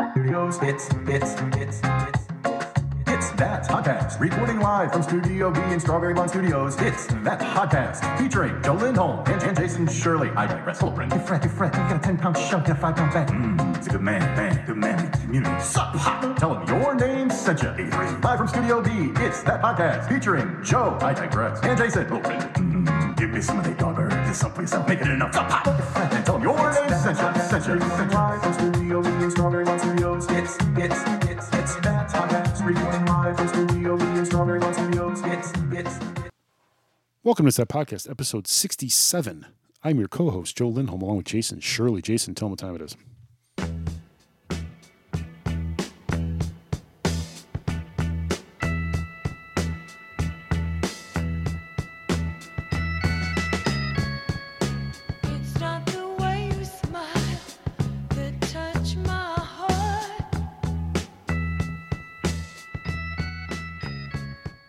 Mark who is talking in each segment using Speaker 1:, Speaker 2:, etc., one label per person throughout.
Speaker 1: It's, it's, it's, it's,
Speaker 2: It's That Podcast, recording live from Studio B in Strawberry Lawn Studios. It's That Podcast, featuring Joe Lindholm and, and Jason Shirley. I digress. Hello, Brent. You fret, you fret. You got a 10 pound chunk and a 5 pound bag. Mmm, it's a good man, man, good man. Community. Sup, hot. Tell him your name sent you. Live from Studio B, it's That Podcast, featuring Joe. I digress. And Jason. Hello, Brent. Mmm, give me some of that dogger. Just someplace else. Make it enough. Sup, hot. And tell him your name sent you. Sent you. Sent you. Live from Studio B in Strawberry Lawn Studios.
Speaker 1: it's, it's, it's, it's that podcast recording live from Studio B in Strawberry Lawn Studios. It's, it's,
Speaker 3: Welcome to that podcast, episode 67. I'm your co host, Joe Lindholm, along with Jason Shirley. Jason, tell them what time it is.
Speaker 4: It's not the way you smile that touch my heart.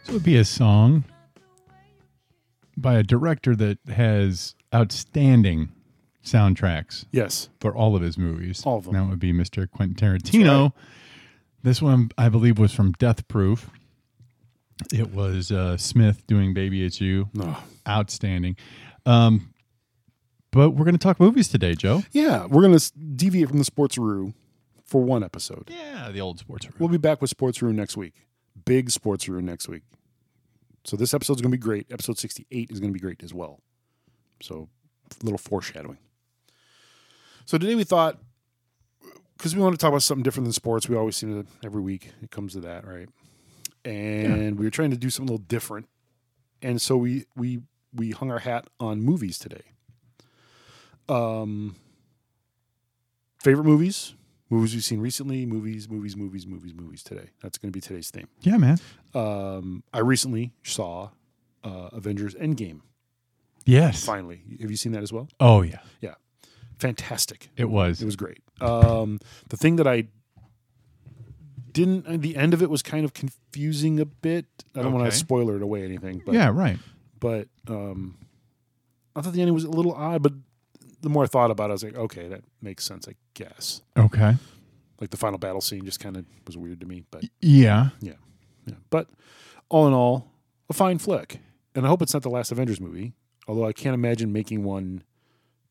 Speaker 5: So it would be a song by a director that has outstanding soundtracks
Speaker 3: Yes.
Speaker 5: for all of his movies.
Speaker 3: All of them.
Speaker 5: That would be Mr. Quentin Tarantino. This one, I believe, was from Death Proof. It was uh, Smith doing Baby It's You.
Speaker 3: Oh.
Speaker 5: Outstanding. Um, but we're going to talk movies today, Joe.
Speaker 3: Yeah, we're going to deviate from the sports roo for one episode.
Speaker 5: Yeah, the old sports room.
Speaker 3: We'll be back with sports roo next week. Big sports roo next week. So this episode's going to be great. Episode 68 is going to be great as well. So a little foreshadowing. So today we thought, because we want to talk about something different than sports, we always seem to, every week it comes to that, right? And we were trying to do something a little different. And so we, we, we hung our hat on movies today. Um, favorite movies, movies we've seen recently, movies, movies, movies, movies, movies today. That's going to be today's theme
Speaker 5: yeah, man.
Speaker 3: um, I recently saw uh, Avengers Endgame.
Speaker 5: Yes.
Speaker 3: Finally, have you seen that as well?
Speaker 5: Oh, yeah.
Speaker 3: Fantastic!
Speaker 5: It was.
Speaker 3: It was great. Um, the thing that I didn't uh, the end of it was kind of confusing a bit. I don't want
Speaker 5: Okay.
Speaker 3: to spoiler it away or anything, but
Speaker 5: yeah, right.
Speaker 3: but um, I thought the ending was a little odd. But the more I thought about it, I was like, okay, that makes sense. I guess
Speaker 5: Okay.
Speaker 3: like the final battle scene just kind of was weird to me, but
Speaker 5: Yeah.
Speaker 3: Yeah. But all in all, a fine flick. And I hope it's not the last Avengers movie, although I can't imagine making one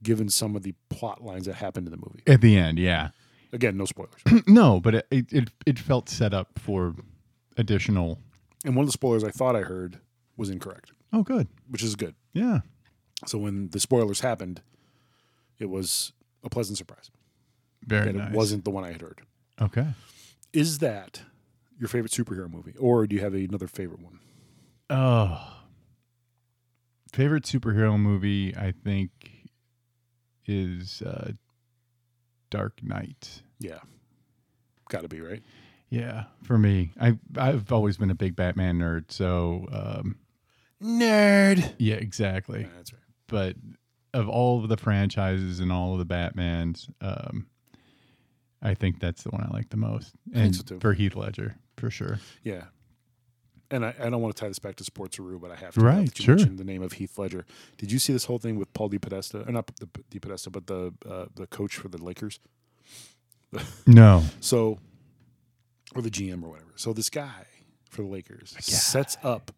Speaker 3: given some of the plot lines that happened in the movie.
Speaker 5: At the end, yeah.
Speaker 3: Again, no spoilers.
Speaker 5: No, but it, it it it felt set up for additional.
Speaker 3: and one of the spoilers I thought I heard was incorrect,
Speaker 5: Oh, good.
Speaker 3: which is good.
Speaker 5: Yeah.
Speaker 3: So when the spoilers happened, it was a pleasant surprise
Speaker 5: Very
Speaker 3: that
Speaker 5: nice.
Speaker 3: it wasn't the one I had heard.
Speaker 5: okay.
Speaker 3: Is that your favorite superhero movie, or do you have another favorite one?
Speaker 5: Oh. Favorite superhero movie, I think, is uh, Dark Knight.
Speaker 3: Yeah, got to be right.
Speaker 5: Yeah, for me, I I've always been a big Batman nerd, so um,
Speaker 3: Nerd.
Speaker 5: yeah, exactly.
Speaker 3: Yeah, that's right.
Speaker 5: but of all of the franchises and all of the Batmans, um, I think that's the one I like the most.
Speaker 3: think
Speaker 5: And
Speaker 3: so, too.
Speaker 5: for Heath Ledger, for sure.
Speaker 3: Yeah. And I, I don't want to tie this back to sports Roo, but I have to.
Speaker 5: Right,
Speaker 3: now that you
Speaker 5: sure.
Speaker 3: mentioned The name of Heath Ledger. Did you see this whole thing with Paul DePodesta, or not the the Podesta, but the uh, the coach for the Lakers?
Speaker 5: No.
Speaker 3: So, or the GM or whatever. So this guy for the Lakers sets up.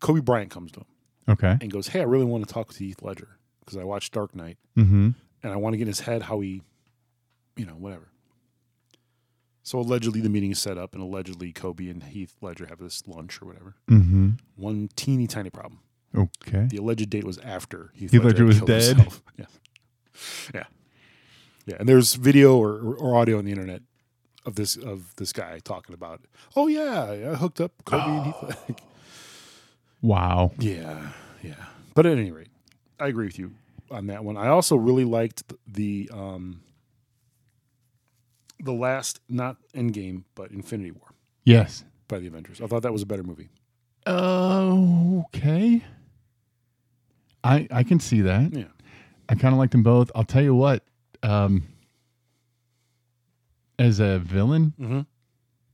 Speaker 3: Kobe Bryant comes to him
Speaker 5: Okay.
Speaker 3: and goes, "Hey, I really want to talk to Heath Ledger because I watched Dark Knight
Speaker 5: Mm-hmm.
Speaker 3: and I want to get in his head how he, you know, whatever." So allegedly the meeting is set up, and allegedly Kobe and Heath Ledger have this lunch or whatever.
Speaker 5: Mm-hmm.
Speaker 3: One teeny tiny problem.
Speaker 5: Okay.
Speaker 3: The alleged date was after Heath,
Speaker 5: Heath Ledger was
Speaker 3: killed
Speaker 5: dead?
Speaker 3: himself. Yeah. Yeah. Yeah. And there's video or, or, or audio on the internet of this of this guy talking about, oh yeah, I hooked up Kobe and Heath Ledger.
Speaker 5: Wow.
Speaker 3: Yeah. Yeah. But at any rate, I agree with you on that one. I also really liked th- the um the last not Endgame, but Infinity War
Speaker 5: Yes.
Speaker 3: by the Avengers. I thought that was a better movie.
Speaker 5: Okay. I I can see that.
Speaker 3: Yeah.
Speaker 5: I kind of like them both. I'll tell you what. Um, as a villain,
Speaker 3: Mhm.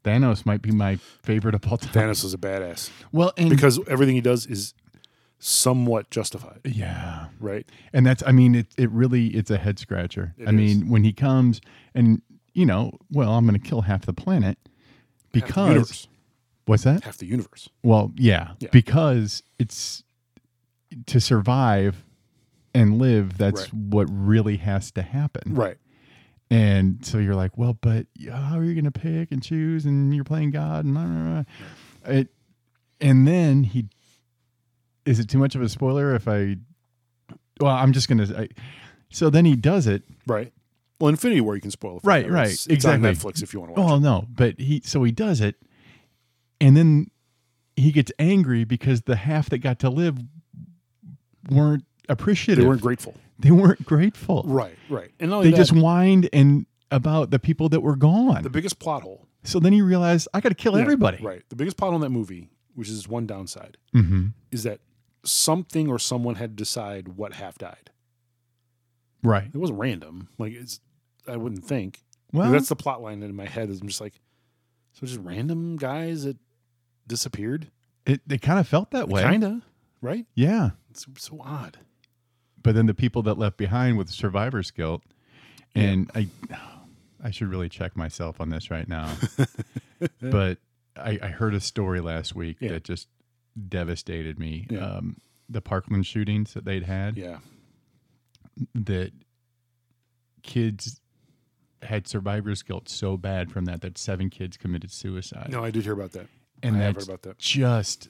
Speaker 5: Thanos might be my favorite of all time.
Speaker 3: Thanos is a badass.
Speaker 5: Well, and
Speaker 3: because everything he does is somewhat justified,
Speaker 5: yeah.
Speaker 3: right?
Speaker 5: And that's, I mean, it, it really, it's a head scratcher.
Speaker 3: It
Speaker 5: I mean, when he comes and you know, well, I'm going to kill half the planet because
Speaker 3: universe.
Speaker 5: what's that?
Speaker 3: Half the universe.
Speaker 5: Well, yeah,
Speaker 3: Yeah.
Speaker 5: because it's to survive and live. That's
Speaker 3: Right.
Speaker 5: what really has to happen.
Speaker 3: Right.
Speaker 5: And so you're like, well, but how are you going to pick and choose? And you're playing God and blah, blah, blah. It, and then he, is it too much of a spoiler if I, well, I'm just going to, so then he does it.
Speaker 3: Right. Well, Infinity War you can spoil. it for
Speaker 5: Right,
Speaker 3: everyone.
Speaker 5: right,
Speaker 3: It's, it's on
Speaker 5: exactly. Oh,
Speaker 3: Netflix if you want to watch.
Speaker 5: Well, no, but he, so he does it. And then he gets angry because the half that got to live weren't
Speaker 3: it.
Speaker 5: appreciative.
Speaker 3: They weren't grateful.
Speaker 5: they weren't grateful.
Speaker 3: Right. Right. And not only
Speaker 5: They
Speaker 3: that,
Speaker 5: just whined and about the people that were gone.
Speaker 3: the biggest plot hole.
Speaker 5: So then he realized I got to kill
Speaker 3: Yeah,
Speaker 5: everybody.
Speaker 3: Right. The biggest plot hole in that movie, which is one downside,
Speaker 5: Mm-hmm.
Speaker 3: is that something or someone had to decide what half died.
Speaker 5: Right.
Speaker 3: It wasn't random. Like it's, I wouldn't think.
Speaker 5: Well,
Speaker 3: that's the plot line in my head. Is I'm just like, so just random guys that disappeared.
Speaker 5: it, it kind of felt that way.
Speaker 3: Kinda. Right.
Speaker 5: Yeah.
Speaker 3: It's so odd.
Speaker 5: But then the people that left behind with survivor's guilt, and I, I should really check myself on this right now. but I, I heard a story last week
Speaker 3: Yeah.
Speaker 5: that just devastated me.
Speaker 3: Yeah.
Speaker 5: Um, the Parkland shootings that they'd had,
Speaker 3: Yeah.
Speaker 5: that kids had survivor's guilt so bad from that that seven kids committed suicide.
Speaker 3: No, I did hear about that.
Speaker 5: and
Speaker 3: I have
Speaker 5: that's
Speaker 3: heard about that.
Speaker 5: just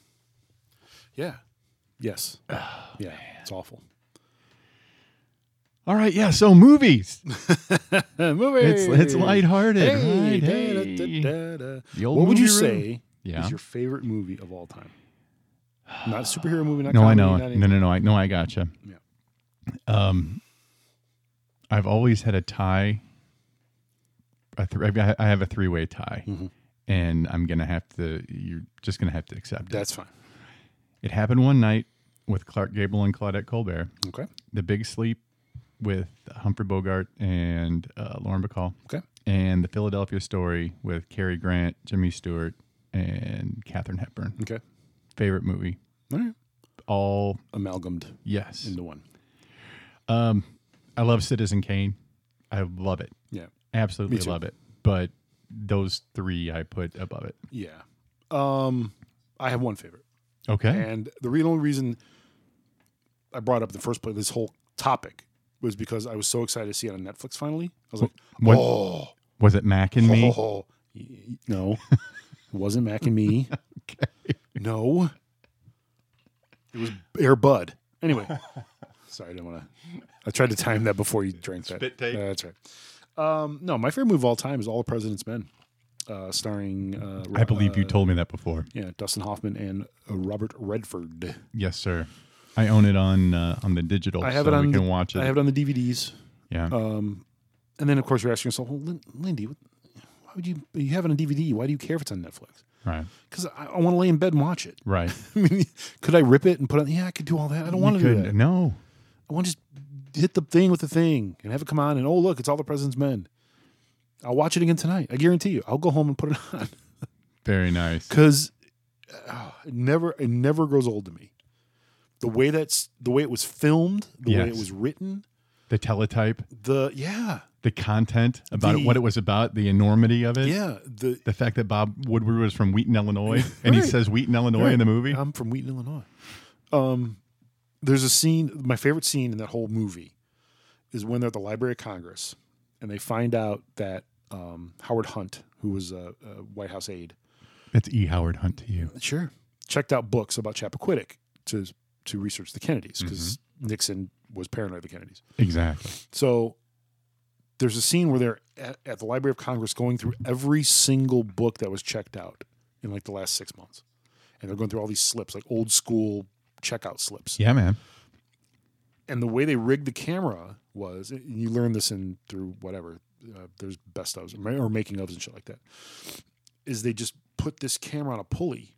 Speaker 3: Yeah. Yes.
Speaker 5: Oh,
Speaker 3: yeah. It's awful.
Speaker 5: All right, yeah. So movies,
Speaker 3: movie.
Speaker 5: it's it's lighthearted,
Speaker 3: Hey,
Speaker 5: right? Hey.
Speaker 3: da, da, da, da.
Speaker 5: The old
Speaker 3: What would you
Speaker 5: movie room.
Speaker 3: say
Speaker 5: Yeah.
Speaker 3: is your favorite movie of all time? Not superhero movie. Not
Speaker 5: No, I
Speaker 3: comedy,
Speaker 5: know.
Speaker 3: not
Speaker 5: No,
Speaker 3: anything.
Speaker 5: no, no. I no, I gotcha.
Speaker 3: Yeah.
Speaker 5: Um, I've always had a tie. A th- I I have a three-way tie,
Speaker 3: Mhm.
Speaker 5: and I'm gonna have to. You're just gonna have to accept
Speaker 3: That's fine.
Speaker 5: it. It happened one night with Clark Gable and Claudette Colbert.
Speaker 3: Okay.
Speaker 5: The Big Sleep with Humphrey Bogart and uh, Lauren Bacall.
Speaker 3: Okay.
Speaker 5: and the Philadelphia Story with Cary Grant, Jimmy Stewart, and Katherine Hepburn.
Speaker 3: Okay.
Speaker 5: Favorite movie?
Speaker 3: All right.
Speaker 5: All
Speaker 3: Amalgamed
Speaker 5: yes.
Speaker 3: into one.
Speaker 5: I love Citizen Kane. I love it.
Speaker 3: Yeah.
Speaker 5: Absolutely
Speaker 3: Me too.
Speaker 5: love it. But those three I put above it.
Speaker 3: Yeah. Um, I have one favorite.
Speaker 5: Okay.
Speaker 3: And the real only reason I brought up the first place this whole topic was because I was so excited to see it on Netflix finally. I was like,
Speaker 5: What-
Speaker 3: oh,
Speaker 5: Was it Mac and me?
Speaker 3: oh, y- y- no, it wasn't Mac and me. No, it was Air Bud. Anyway, sorry, I didn't want to. I tried to time that before you drank that.
Speaker 5: Spit take.
Speaker 3: Uh, that's right. Um, no, my favorite movie of all time is All the President's Men, uh, starring. Uh,
Speaker 5: I believe you told me that before.
Speaker 3: Yeah, Dustin Hoffman and uh, Robert Redford.
Speaker 5: Yes, sir. I own it on uh, on the digital.
Speaker 3: I have
Speaker 5: so
Speaker 3: it on.
Speaker 5: We
Speaker 3: the,
Speaker 5: can watch it.
Speaker 3: I have it on the DVDs.
Speaker 5: yeah.
Speaker 3: Um, and then of course you're asking yourself, well, Lin- Lindy, what, why would you you have it on DVD? Why do you care if it's on Netflix?
Speaker 5: right.
Speaker 3: Because I, I want to lay in bed and watch it.
Speaker 5: Right.
Speaker 3: I mean, could I rip it and put it? Yeah, I could do all that. I don't want to
Speaker 5: You
Speaker 3: do
Speaker 5: could-
Speaker 3: that.
Speaker 5: No.
Speaker 3: I want to just hit the thing with the thing and have it come on. And oh, look, it's all the President's Men. I'll watch it again tonight. I guarantee you. I'll go home and put it on
Speaker 5: Very nice.
Speaker 3: because it never it never grows old to me. The way that's the way it was filmed, the way it
Speaker 5: Yes.
Speaker 3: was written,
Speaker 5: The teletype,
Speaker 3: the yeah,
Speaker 5: the content about it,
Speaker 3: The-
Speaker 5: what it was about, the enormity of it.
Speaker 3: yeah, the
Speaker 5: The fact that Bob Woodward was from Wheaton, Illinois, and he
Speaker 3: Right.
Speaker 5: says Wheaton, Illinois
Speaker 3: Right.
Speaker 5: in the movie.
Speaker 3: I'm from Wheaton, Illinois. Um, there's a scene. My favorite scene in that whole movie is when they're at the Library of Congress and they find out that um, Howard Hunt, who was a, a White House aide,
Speaker 5: That's E. Howard Hunt to you.
Speaker 3: sure checked out books about Chappaquiddick to to research the Kennedys because Nixon was paranoid of the Kennedys.
Speaker 5: Exactly.
Speaker 3: So there's a scene where they're at, at the Library of Congress going through every single book that was checked out in like the last six months. And they're going through all these slips, like old school checkout slips.
Speaker 5: Yeah, man.
Speaker 3: And the way they rigged the camera was, and you learn this in through whatever, uh, there's best ofs or ma- or making ofs and shit like that, is they just put this camera on a pulley,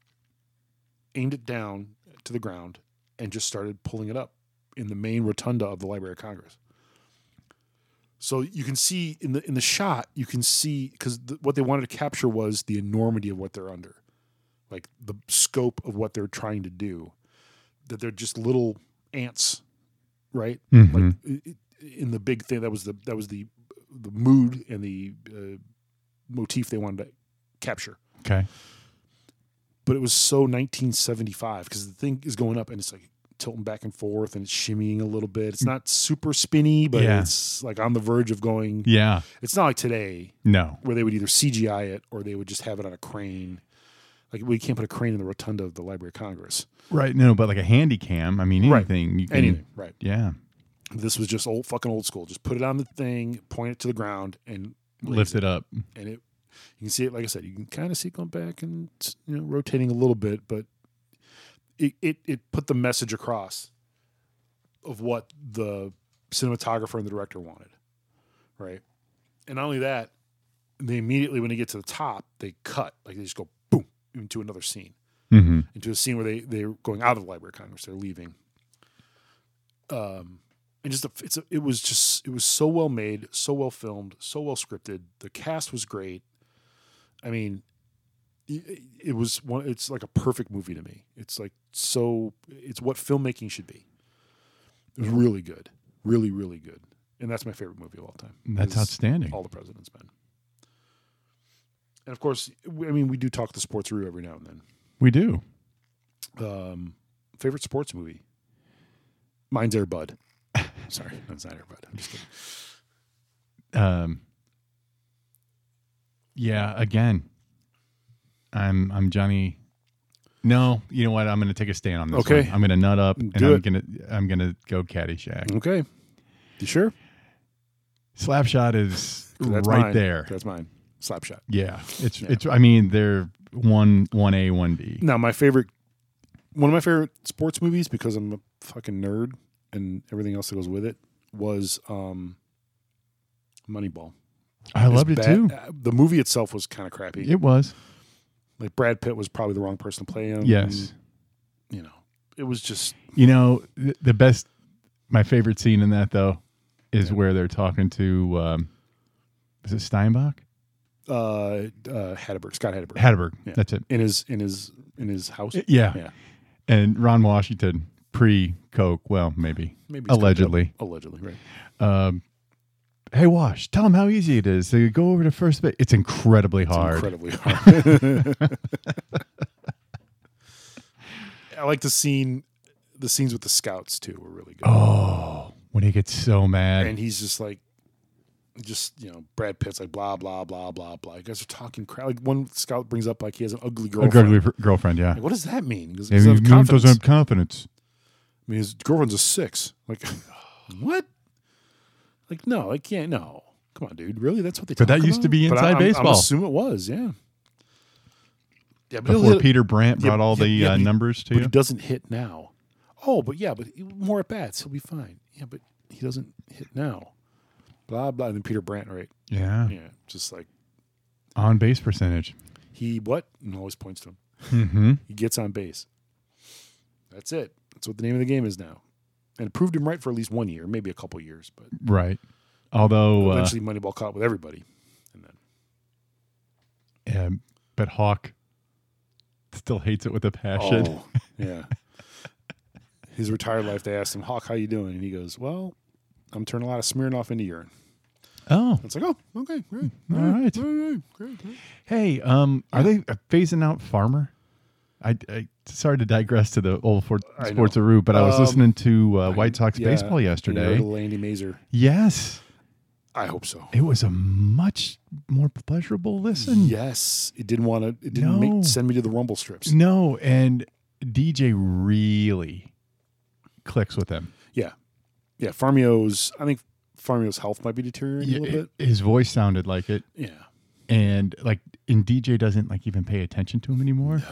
Speaker 3: aimed it down to the ground, and just started pulling it up in the main rotunda of the Library of Congress. So you can see in the in the shot, you can see because th- what they wanted to capture was the enormity of what they're under, like the scope of what they're trying to do. That they're just little
Speaker 5: Mm-hmm.
Speaker 3: ants, right? Like i- i- in the big thing that was the that was the the mood and the uh, motif they wanted to capture.
Speaker 5: Okay.
Speaker 3: But it was so 1975 because the thing is going up and it's like tilting back and forth and it's shimmying a little bit. It's not super spinny, but
Speaker 5: Mm. Yeah.
Speaker 3: it's like on the verge of going.
Speaker 5: Yeah.
Speaker 3: It's not like today
Speaker 5: No.
Speaker 3: where they would either CGI it or they would just have it on a crane. Like we can't put a crane in the rotunda of the Library of Congress.
Speaker 5: Right. No, but like a handy cam. I mean,
Speaker 3: Right.
Speaker 5: anything you can.
Speaker 3: Anything, right?
Speaker 5: Yeah.
Speaker 3: This was just old fucking old school. Just put it on the thing, point it to the ground, and raise
Speaker 5: Lift it up.
Speaker 3: and it you can see it like i said you can kind of see it going back and you know rotating a little bit but it, it it put the message across of what the cinematographer and the director wanted right and not only that they immediately when they get to the top they cut like they just go boom into another scene
Speaker 5: Mm-hmm.
Speaker 3: into a scene where they they're going out of the Library of Congress. They're leaving. Um, and just a, it's a, it was just it was so well made, so well filmed, so well scripted. The cast was great. I mean, it, it was one. It's like a perfect movie to me. It's like so. It's what filmmaking should be. It was really good, really really good, and that's my favorite movie of all time.
Speaker 5: That's
Speaker 3: Is
Speaker 5: outstanding.
Speaker 3: All the President's Men. And of course, we- I mean, we do talk the sports review every now and then
Speaker 5: We do.
Speaker 3: um, favorite sports movie? Mine's Air Bud. Sorry, mine's not Air Bud. I'm just kidding.
Speaker 5: Um. Yeah. Again, I'm I'm Johnny. No, you know what? I'm going to take a stand on this.
Speaker 3: Okay.
Speaker 5: one. I'm going to nut up and
Speaker 3: Do
Speaker 5: I'm
Speaker 3: it.
Speaker 5: going to I'm going to go Caddyshack.
Speaker 3: Okay. You sure?
Speaker 5: Slapshot is
Speaker 3: 'Cause That's
Speaker 5: right
Speaker 3: mine.
Speaker 5: there.
Speaker 3: That's mine. Slapshot.
Speaker 5: Yeah, it's
Speaker 3: Yeah.
Speaker 5: it's. I mean, they're one one A one B.
Speaker 3: Now, my favorite, one of my favorite sports movies, because I'm a fucking nerd and everything else that goes with it, was um, Moneyball.
Speaker 5: I loved it
Speaker 3: Bad-
Speaker 5: too.
Speaker 3: uh, The movie itself was kind of crappy.
Speaker 5: It was
Speaker 3: Like Brad Pitt was probably the wrong person to play him.
Speaker 5: yes.
Speaker 3: You know, it was just
Speaker 5: You know th- the best. My favorite scene in that though is where they're talking to. Um, is it Steinbach?
Speaker 3: uh, uh, Hatterberg, Scott Hatterberg,
Speaker 5: Hatterberg.
Speaker 3: Yeah.
Speaker 5: That's it.
Speaker 3: in his in his in his house.
Speaker 5: I- Yeah.
Speaker 3: Yeah.
Speaker 5: And Ron Washington pre Coke. Well, maybe.
Speaker 3: Maybe he's
Speaker 5: Allegedly.
Speaker 3: cooked up. Allegedly, right?
Speaker 5: Um, hey, Wash, tell him how easy it is. So you go over to first base. It's incredibly
Speaker 3: It's
Speaker 5: hard.
Speaker 3: incredibly hard. I like the scene. The scenes with the scouts too were really good.
Speaker 5: Oh, when he gets so mad.
Speaker 3: And he's just like, just you know, Brad Pitt's like blah blah blah blah blah. You guys are talking crap. Like one scout brings up like he has an ugly
Speaker 5: A
Speaker 3: girlfriend.
Speaker 5: girlfriend. girlfriend, yeah.
Speaker 3: Like, what does that mean? Because
Speaker 5: If you
Speaker 3: confidence.
Speaker 5: doesn't have confidence.
Speaker 3: I mean, his girlfriend's a six. Like, what? Like, no, I can't. No, come on, dude. Really? That's what they.
Speaker 5: But that
Speaker 3: talk
Speaker 5: used to
Speaker 3: about?
Speaker 5: be
Speaker 3: But I-
Speaker 5: inside
Speaker 3: I'm-
Speaker 5: baseball.
Speaker 3: I'm assume it was. Yeah. Yeah, but
Speaker 5: Before
Speaker 3: he'll-
Speaker 5: Peter Brandt
Speaker 3: yeah,
Speaker 5: brought all
Speaker 3: yeah,
Speaker 5: the
Speaker 3: yeah,
Speaker 5: uh,
Speaker 3: but he-
Speaker 5: numbers to
Speaker 3: but
Speaker 5: you.
Speaker 3: he doesn't hit now. Oh, but yeah, but he- more at bats, he'll be fine. Yeah, but he doesn't hit now. Blah blah. And then Peter Brandt, right?
Speaker 5: yeah.
Speaker 3: Yeah, just like
Speaker 5: On base percentage.
Speaker 3: he what? And always points to him.
Speaker 5: hmm
Speaker 3: He gets on base. That's it. That's what the name of the game is now. And it proved him right for at least one year, maybe a couple years, but
Speaker 5: Right. Although, uh,
Speaker 3: eventually Moneyball caught with everybody. And then
Speaker 5: um, but Hawk still hates it with a passion.
Speaker 3: Oh, yeah. His retired life, they asked him, Hawk, how you doing? And he goes, Well, I'm turning a lot of Smirnoff into urine.
Speaker 5: Oh,
Speaker 3: It's like, oh, okay, great.
Speaker 5: all right.
Speaker 3: right, great, great.
Speaker 5: Hey, um, are they uh, phasing out Farmer? I, I sorry to digress to the old Fort
Speaker 3: I know.
Speaker 5: sports of but I was
Speaker 3: Um,
Speaker 5: listening to uh, White Sox baseball
Speaker 3: You
Speaker 5: yesterday.
Speaker 3: know, Landy Mazer.
Speaker 5: Yes,
Speaker 3: I hope so.
Speaker 5: it was a much more pleasurable listen.
Speaker 3: Yes, it didn't want to. It
Speaker 5: No.
Speaker 3: didn't make, send me to the Rumble strips.
Speaker 5: No, and DJ really clicks with him.
Speaker 3: Yeah, yeah. Farmio's. I think Farmio's health might be deteriorating a little bit.
Speaker 5: his voice sounded like it,
Speaker 3: Yeah,
Speaker 5: and like, and DJ doesn't like even pay attention to him anymore.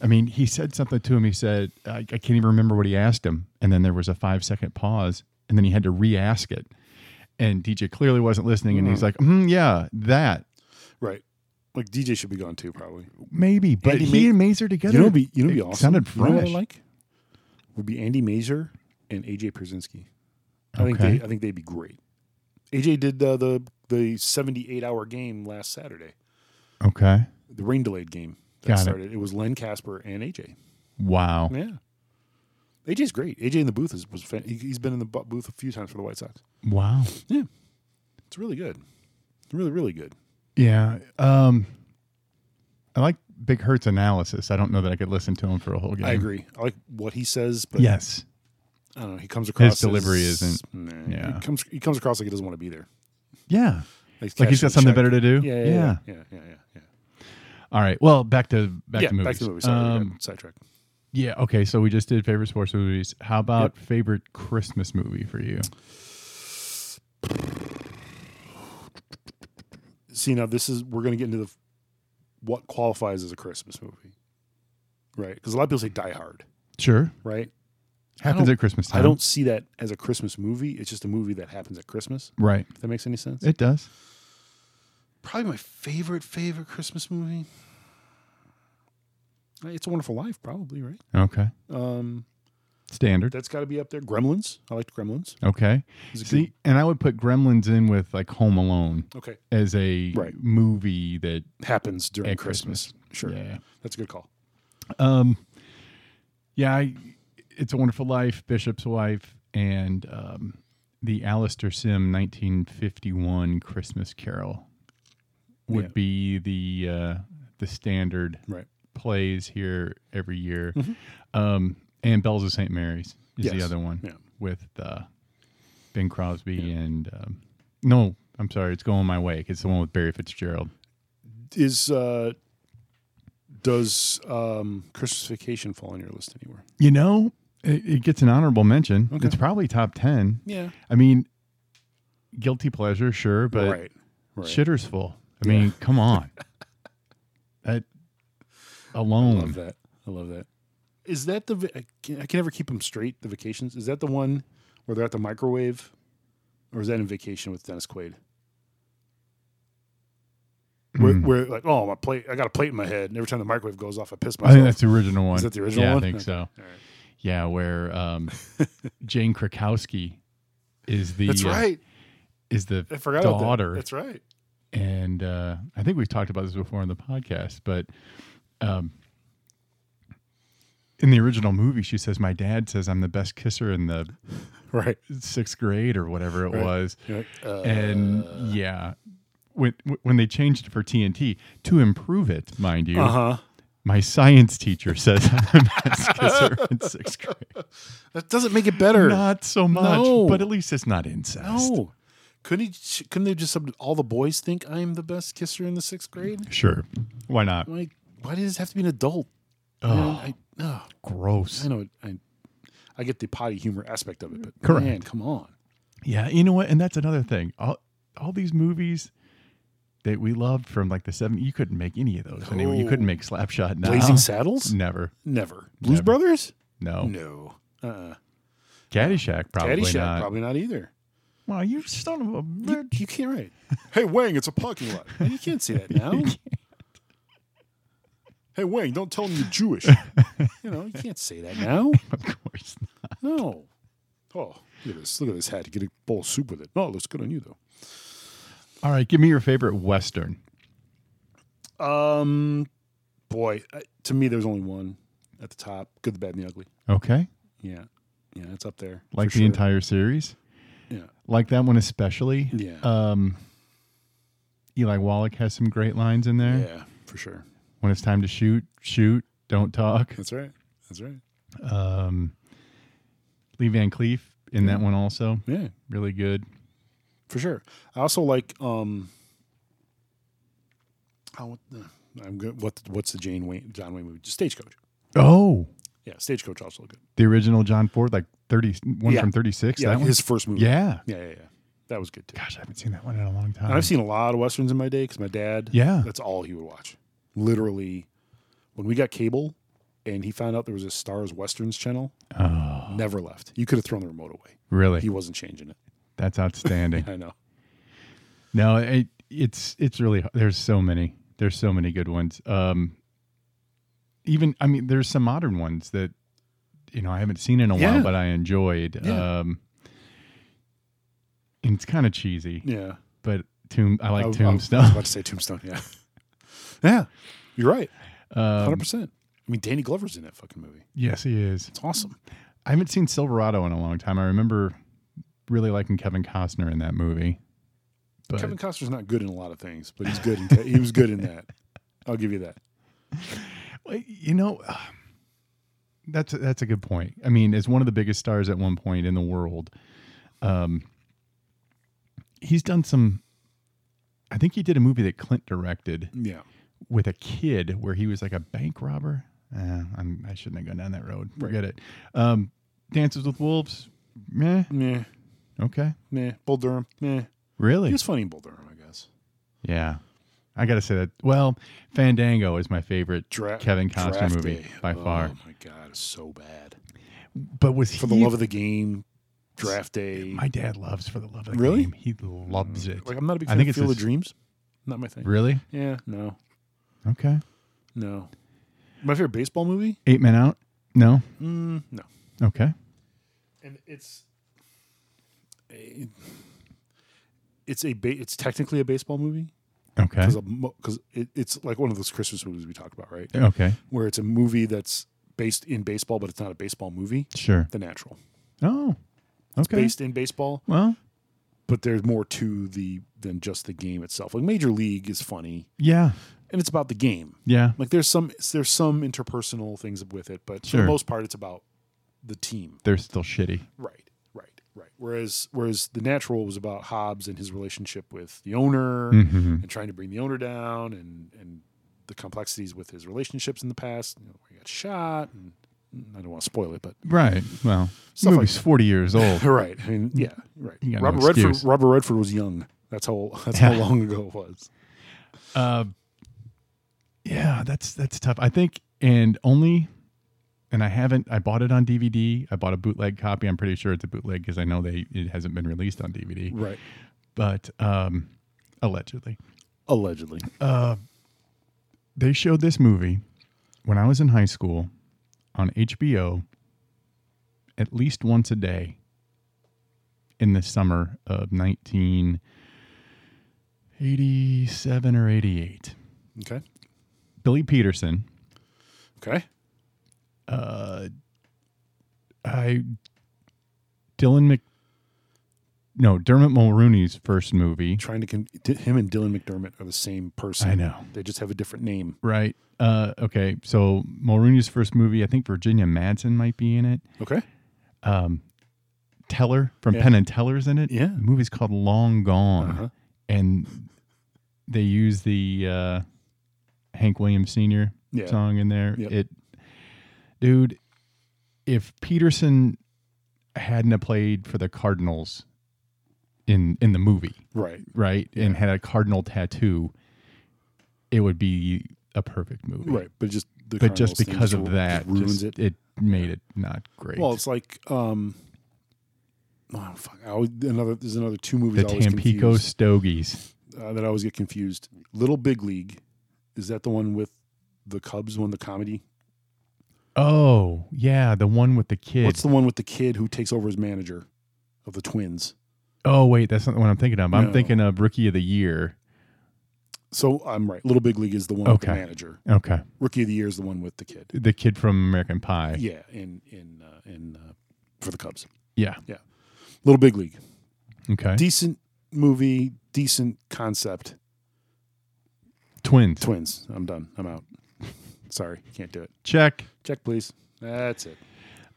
Speaker 5: I mean, he said something to him. He said, I, I can't even remember what he asked him. And then there was a five second pause, and then he had to re ask it. And DJ clearly wasn't listening, and
Speaker 3: Hmm.
Speaker 5: he's like, mm, Yeah, that
Speaker 3: right. Like DJ should be gone too, probably.
Speaker 5: maybe. But
Speaker 3: Andy
Speaker 5: he
Speaker 3: Ma-
Speaker 5: and Mazer together.
Speaker 3: you know, what'd be you know, what'd be
Speaker 5: it
Speaker 3: awesome.
Speaker 5: sounded
Speaker 3: You know what I
Speaker 5: fresh.
Speaker 3: like would be Andy Mazer and AJ Pierzynski. I think
Speaker 5: Okay.
Speaker 3: they, I think they'd be great. AJ did uh, the the seventy eight hour game last Saturday,
Speaker 5: okay.
Speaker 3: the rain delayed game that
Speaker 5: Got it.
Speaker 3: started. It. was Len Casper and AJ.
Speaker 5: Wow.
Speaker 3: Yeah. AJ's great. AJ in the booth is was fan- he, he's been in the bu- booth a few times for the White Sox.
Speaker 5: Wow.
Speaker 3: It's really good. Really, really good.
Speaker 5: Yeah. Um, I like Big Hurt's analysis. I don't know that I could listen to him for a whole game.
Speaker 3: I agree. I like what he says, but
Speaker 5: Yes.
Speaker 3: I don't know. He comes across
Speaker 5: delivery
Speaker 3: as-
Speaker 5: isn't-
Speaker 3: Nah,
Speaker 5: yeah.
Speaker 3: He comes he comes across like he doesn't want to be there.
Speaker 5: Yeah.
Speaker 3: Like,
Speaker 5: Like he's got something better to do.
Speaker 3: Yeah, yeah, yeah, yeah, yeah, yeah. yeah.
Speaker 5: All right. Well, back to back
Speaker 3: Yeah,
Speaker 5: to movies.
Speaker 3: Back to the movie. Sorry, we
Speaker 5: Um,
Speaker 3: got sidetracked.
Speaker 5: yeah. Okay. So we just did favorite sports movies. How about favorite Christmas movie for you?
Speaker 3: See, now this is we're going to get into the what qualifies as a Christmas movie, right? Because a lot of people say Die Hard,
Speaker 5: Sure.
Speaker 3: right?
Speaker 5: Happens
Speaker 3: don't-
Speaker 5: at Christmas time.
Speaker 3: I don't see that as a Christmas movie. It's just a movie that happens at Christmas.
Speaker 5: Right.
Speaker 3: If that makes any sense.
Speaker 5: It does.
Speaker 3: Probably my favorite favorite Christmas movie. Uh, It's a Wonderful Life, probably right.
Speaker 5: Okay.
Speaker 3: Um,
Speaker 5: Standard.
Speaker 3: that's got to be up there. Gremlins. I liked Gremlins.
Speaker 5: Okay.
Speaker 3: Is it
Speaker 5: See, and I would put Gremlins in with like Home Alone
Speaker 3: good? okay,
Speaker 5: as a
Speaker 3: Right.
Speaker 5: movie that
Speaker 3: happens during
Speaker 5: At
Speaker 3: Christmas. Sure,
Speaker 5: Yeah.
Speaker 3: that's a good call.
Speaker 5: Um, yeah, I, it's a Wonderful Life, Bishop's Wife, and um, the Alistair Sim 1951 Christmas Carol would
Speaker 3: Yeah.
Speaker 5: be the uh, the standard
Speaker 3: Right.
Speaker 5: plays here every year. Um, and Bells of St. Mary's is the
Speaker 3: Yes.
Speaker 5: other one
Speaker 3: Yeah.
Speaker 5: with uh, Ben Crosby and um, no, I'm sorry, it's going my way. It's the one with Barry Fitzgerald.
Speaker 3: Is uh, does um, Christmas Vacation fall on your list anywhere?
Speaker 5: You know, it, it gets an honorable mention.
Speaker 3: Okay.
Speaker 5: It's probably top ten.
Speaker 3: Yeah,
Speaker 5: I mean, guilty pleasure, sure, but
Speaker 3: right, right.
Speaker 5: shitter's full. I mean, come on. that
Speaker 3: I love
Speaker 5: alone.
Speaker 3: that. I love that. Is that the? va- I can, I can never keep them straight. The vacations. Is that the one where they're at the microwave, or is that in Vacation with Dennis Quaid? Where,
Speaker 5: Mm.
Speaker 3: where like oh my plate I got a plate in my head and every time the microwave goes off I piss
Speaker 5: I
Speaker 3: myself.
Speaker 5: think that's the original one.
Speaker 3: Is that the original
Speaker 5: yeah,
Speaker 3: one?
Speaker 5: I think
Speaker 3: Okay.
Speaker 5: so.
Speaker 3: All right.
Speaker 5: Yeah, where um, Jane Krakowski is the
Speaker 3: That's
Speaker 5: uh,
Speaker 3: right.
Speaker 5: is the
Speaker 3: I forgot about that.
Speaker 5: daughter,
Speaker 3: That's right.
Speaker 5: and uh, I think we've talked about this before on the podcast, but um, in the original movie, she says, "My dad says I'm the best kisser in the
Speaker 3: Right.
Speaker 5: sixth grade or whatever it
Speaker 3: Right.
Speaker 5: was."
Speaker 3: You're like, uh,
Speaker 5: and yeah when when they changed it for TNT to improve it, mind you,
Speaker 3: uh huh.
Speaker 5: my science teacher says I'm a best kisser in sixth grade.
Speaker 3: That doesn't make it better.
Speaker 5: Not so much,
Speaker 3: No.
Speaker 5: but at least it's not incest.
Speaker 3: no. Couldn't he, couldn't they just sub- all the boys think I'm the best kisser in the sixth grade?
Speaker 5: Sure, why not?
Speaker 3: Like why does it have to be an adult?
Speaker 5: Oh,
Speaker 3: Man, I, oh,
Speaker 5: gross.
Speaker 3: I know. it- I I get the potty humor aspect of it, but
Speaker 5: Correct.
Speaker 3: man, come on.
Speaker 5: Yeah, you know what? And that's another thing. All all these movies that we loved from like the seven, you couldn't make any of those anyway. You
Speaker 3: No.
Speaker 5: couldn't make Slapshot now.
Speaker 3: Blazing Saddles?
Speaker 5: Never.
Speaker 3: Never. Blues
Speaker 5: Never.
Speaker 3: Brothers?
Speaker 5: No.
Speaker 3: No. Uh-uh.
Speaker 5: Caddyshack probably
Speaker 3: Caddyshack?
Speaker 5: not.
Speaker 3: Probably not either.
Speaker 5: Wow, you son of a
Speaker 3: You,
Speaker 5: bitch.
Speaker 3: you can't write. Hey Wang, it's a parking lot. You can't say that now. hey Wang, don't tell him you're Jewish. you know, you can't say that now.
Speaker 5: Of course.
Speaker 3: No. Oh, look at this. Look at this hat. Get a bowl of soup with it. Oh, it looks good on you though.
Speaker 5: All right, give me your favorite Western.
Speaker 3: Um, boy, I- to me, there's only one at the top. Good, the bad, and the ugly.
Speaker 5: Okay.
Speaker 3: Yeah, yeah, it's up there. for
Speaker 5: Like the
Speaker 3: sure.
Speaker 5: entire series.
Speaker 3: Yeah.
Speaker 5: Like that one especially.
Speaker 3: Yeah.
Speaker 5: Um, Eli Wallach has some great lines in there.
Speaker 3: Yeah, for sure.
Speaker 5: When it's time to shoot, shoot, don't talk.
Speaker 3: That's right. That's right.
Speaker 5: Um, Lee Van Cleef in that one also.
Speaker 3: Yeah,
Speaker 5: Really good.
Speaker 3: for sure. I also like um. How, uh, I'm good. What what's the Jane Wayne John Wayne movie? Just Stagecoach.
Speaker 5: Oh,
Speaker 3: Yeah, Stagecoach also good.
Speaker 5: the original John Ford, like 30, one
Speaker 3: Yeah.
Speaker 5: from 36.
Speaker 3: Yeah,
Speaker 5: that one?
Speaker 3: his first movie.
Speaker 5: yeah.
Speaker 3: yeah, yeah, yeah. That was good too.
Speaker 5: Gosh, I haven't seen that one in a long time.
Speaker 3: And I've seen a lot of westerns in my day because my dad.
Speaker 5: Um, Yeah.
Speaker 3: that's all he would watch. Literally, when we got cable, and he found out there was a Stars Westerns channel,
Speaker 5: Oh,
Speaker 3: never left. You could have thrown the remote away. He
Speaker 5: really?
Speaker 3: wasn't changing it.
Speaker 5: That's outstanding.
Speaker 3: I know.
Speaker 5: No, it, it's it's really there's so many there's so many good ones. Um, even I mean, there's some modern ones that you know I haven't seen in a
Speaker 3: Yeah.
Speaker 5: while, but I enjoyed.
Speaker 3: Yeah.
Speaker 5: Um, and it's kind of cheesy,
Speaker 3: Yeah, Oh,
Speaker 5: but tomb I like
Speaker 3: I- I- I was
Speaker 5: Tombstone.
Speaker 3: about to say Tombstone. Yeah, yeah. You're right. Hundred
Speaker 5: um,
Speaker 3: percent. I mean, Danny Glover's in that fucking movie.
Speaker 5: yes, he is.
Speaker 3: It's awesome.
Speaker 5: I haven't seen Silverado in a long time. I remember really liking Kevin Costner in that movie, But
Speaker 3: Kevin Costner's not good in a lot of things, but he's good. In he was good in that. I'll give you that.
Speaker 5: Well, you know, that's a, that's a good point. I mean, as one of the biggest stars at one point in the world, um, he's done some. I think he did a movie that Clint directed
Speaker 3: Yeah.
Speaker 5: with a kid where he was like a bank robber. Eh, I'm, I shouldn't have gone down that road. Forget it. Um, Dances with Wolves. Meh.
Speaker 3: Meh.
Speaker 5: Okay.
Speaker 3: Meh. Bull Durham. Meh. He
Speaker 5: Really?
Speaker 3: was funny in Bull Durham, I guess.
Speaker 5: Yeah. I gotta say that. Well, Fandango is my favorite
Speaker 3: Dra-
Speaker 5: Kevin Costner
Speaker 3: Draft
Speaker 5: movie
Speaker 3: Day.
Speaker 5: by far.
Speaker 3: Oh my god, it's so bad.
Speaker 5: But was
Speaker 3: For
Speaker 5: he
Speaker 3: the love of the game, draft day.
Speaker 5: My dad loves for the love of the
Speaker 3: Really?
Speaker 5: game. He loves it.
Speaker 3: like I'm not a big
Speaker 5: I
Speaker 3: fan
Speaker 5: think
Speaker 3: of
Speaker 5: it's
Speaker 3: Field of
Speaker 5: his-
Speaker 3: Dreams. Not my thing.
Speaker 5: Really?
Speaker 3: Yeah, no,
Speaker 5: Okay.
Speaker 3: no. My favorite baseball movie?
Speaker 5: Eight Men Out? No.
Speaker 3: Mm, no.
Speaker 5: Okay.
Speaker 3: and it's a- it's a ba- it's technically a baseball movie
Speaker 5: Okay.
Speaker 3: because it, it's like one of those Christmas movies we talked about, right?
Speaker 5: Okay.
Speaker 3: Where it's a movie that's based in baseball, but it's not a baseball movie.
Speaker 5: Sure.
Speaker 3: The Natural,
Speaker 5: Oh. Okay.
Speaker 3: based in baseball,
Speaker 5: Well,
Speaker 3: but there's more to the than just the game itself. Like Major League is funny,
Speaker 5: yeah.
Speaker 3: and it's about the game.
Speaker 5: Yeah.
Speaker 3: Like there's some there's some interpersonal things with it, but for
Speaker 5: Sure.
Speaker 3: the most part, it's about the team.
Speaker 5: They're still shitty.
Speaker 3: Right, right, right. Whereas whereas the natural was about Hobbs and his relationship with the owner
Speaker 5: Mhm.
Speaker 3: and trying to bring the owner down and and the complexities with his relationships in the past, you know, where he got shot and I don't want to spoil it, but
Speaker 5: Right. Well, the
Speaker 3: like
Speaker 5: movie's 40 years old.
Speaker 3: right. I mean, yeah, right.
Speaker 5: You got no
Speaker 3: Robert Redford
Speaker 5: excuse.
Speaker 3: Robert Redford was young. That's how that's how
Speaker 5: Yeah.
Speaker 3: long ago it was.
Speaker 5: Uh, yeah, that's that's tough. I think, and only, and I haven't. I bought it on DVD. I bought a bootleg copy. I'm pretty sure it's a bootleg because I know they it hasn't been released on DVD.
Speaker 3: Right.
Speaker 5: But um, allegedly,
Speaker 3: Allegedly.
Speaker 5: they showed this movie when I was in high school on HBO at least once a day in the summer of 1987 or 88.
Speaker 3: Okay.
Speaker 5: Billy Peterson.
Speaker 3: Okay.
Speaker 5: I Dylan Mc No, Dermot Mulrooney's first movie.
Speaker 3: Trying to con- di- him and Dylan McDermott are the same person.
Speaker 5: I know.
Speaker 3: They just have a different name.
Speaker 5: Right. Uh okay. So Mulrooney's first movie, I think Virginia Madsen might be in it.
Speaker 3: Okay.
Speaker 5: Teller from
Speaker 3: Yeah.
Speaker 5: Penn and Teller's in it.
Speaker 3: Yeah.
Speaker 5: The movie's called Long Gone.
Speaker 3: Uh-huh.
Speaker 5: And they use the uh Hank Williams Sr.
Speaker 3: Yeah.
Speaker 5: song in there.
Speaker 3: Yep.
Speaker 5: It dude, if Peterson hadn't have played for the Cardinals in in the movie,
Speaker 3: Right.
Speaker 5: right, and had a cardinal tattoo, it would be a perfect movie.
Speaker 3: Right. But just the
Speaker 5: But just
Speaker 3: Cardinals thing
Speaker 5: because of
Speaker 3: ru-
Speaker 5: that,
Speaker 3: ruins
Speaker 5: just-
Speaker 3: it.
Speaker 5: made it not great.
Speaker 3: Well, it's like um, oh fuck! I always, another there's another two movies
Speaker 5: the
Speaker 3: I always
Speaker 5: Tampico
Speaker 3: confuse,
Speaker 5: Stogies.
Speaker 3: uh, that I always get confused. Little Big League, is that the one with the Cubs one, the comedy?
Speaker 5: Oh, yeah, the one with the kid.
Speaker 3: What's the one with the kid who takes over as manager of the Twins?
Speaker 5: oh, wait, that's not the one I'm thinking of. I'm
Speaker 3: No.
Speaker 5: thinking of Rookie of the Year.
Speaker 3: So I'm right. Little Big League is the one with the
Speaker 5: Okay.
Speaker 3: manager.
Speaker 5: Okay,
Speaker 3: Rookie of the Year is the one with the kid.
Speaker 5: the kid from American Pie.
Speaker 3: Yeah, in in uh, in uh, for the Cubs.
Speaker 5: Yeah.
Speaker 3: Little Big League,
Speaker 5: Okay.
Speaker 3: decent movie, decent concept.
Speaker 5: Twins.
Speaker 3: Twins. I'm done. I'm out. Sorry, can't do it.
Speaker 5: Check.
Speaker 3: Check, please. That's it.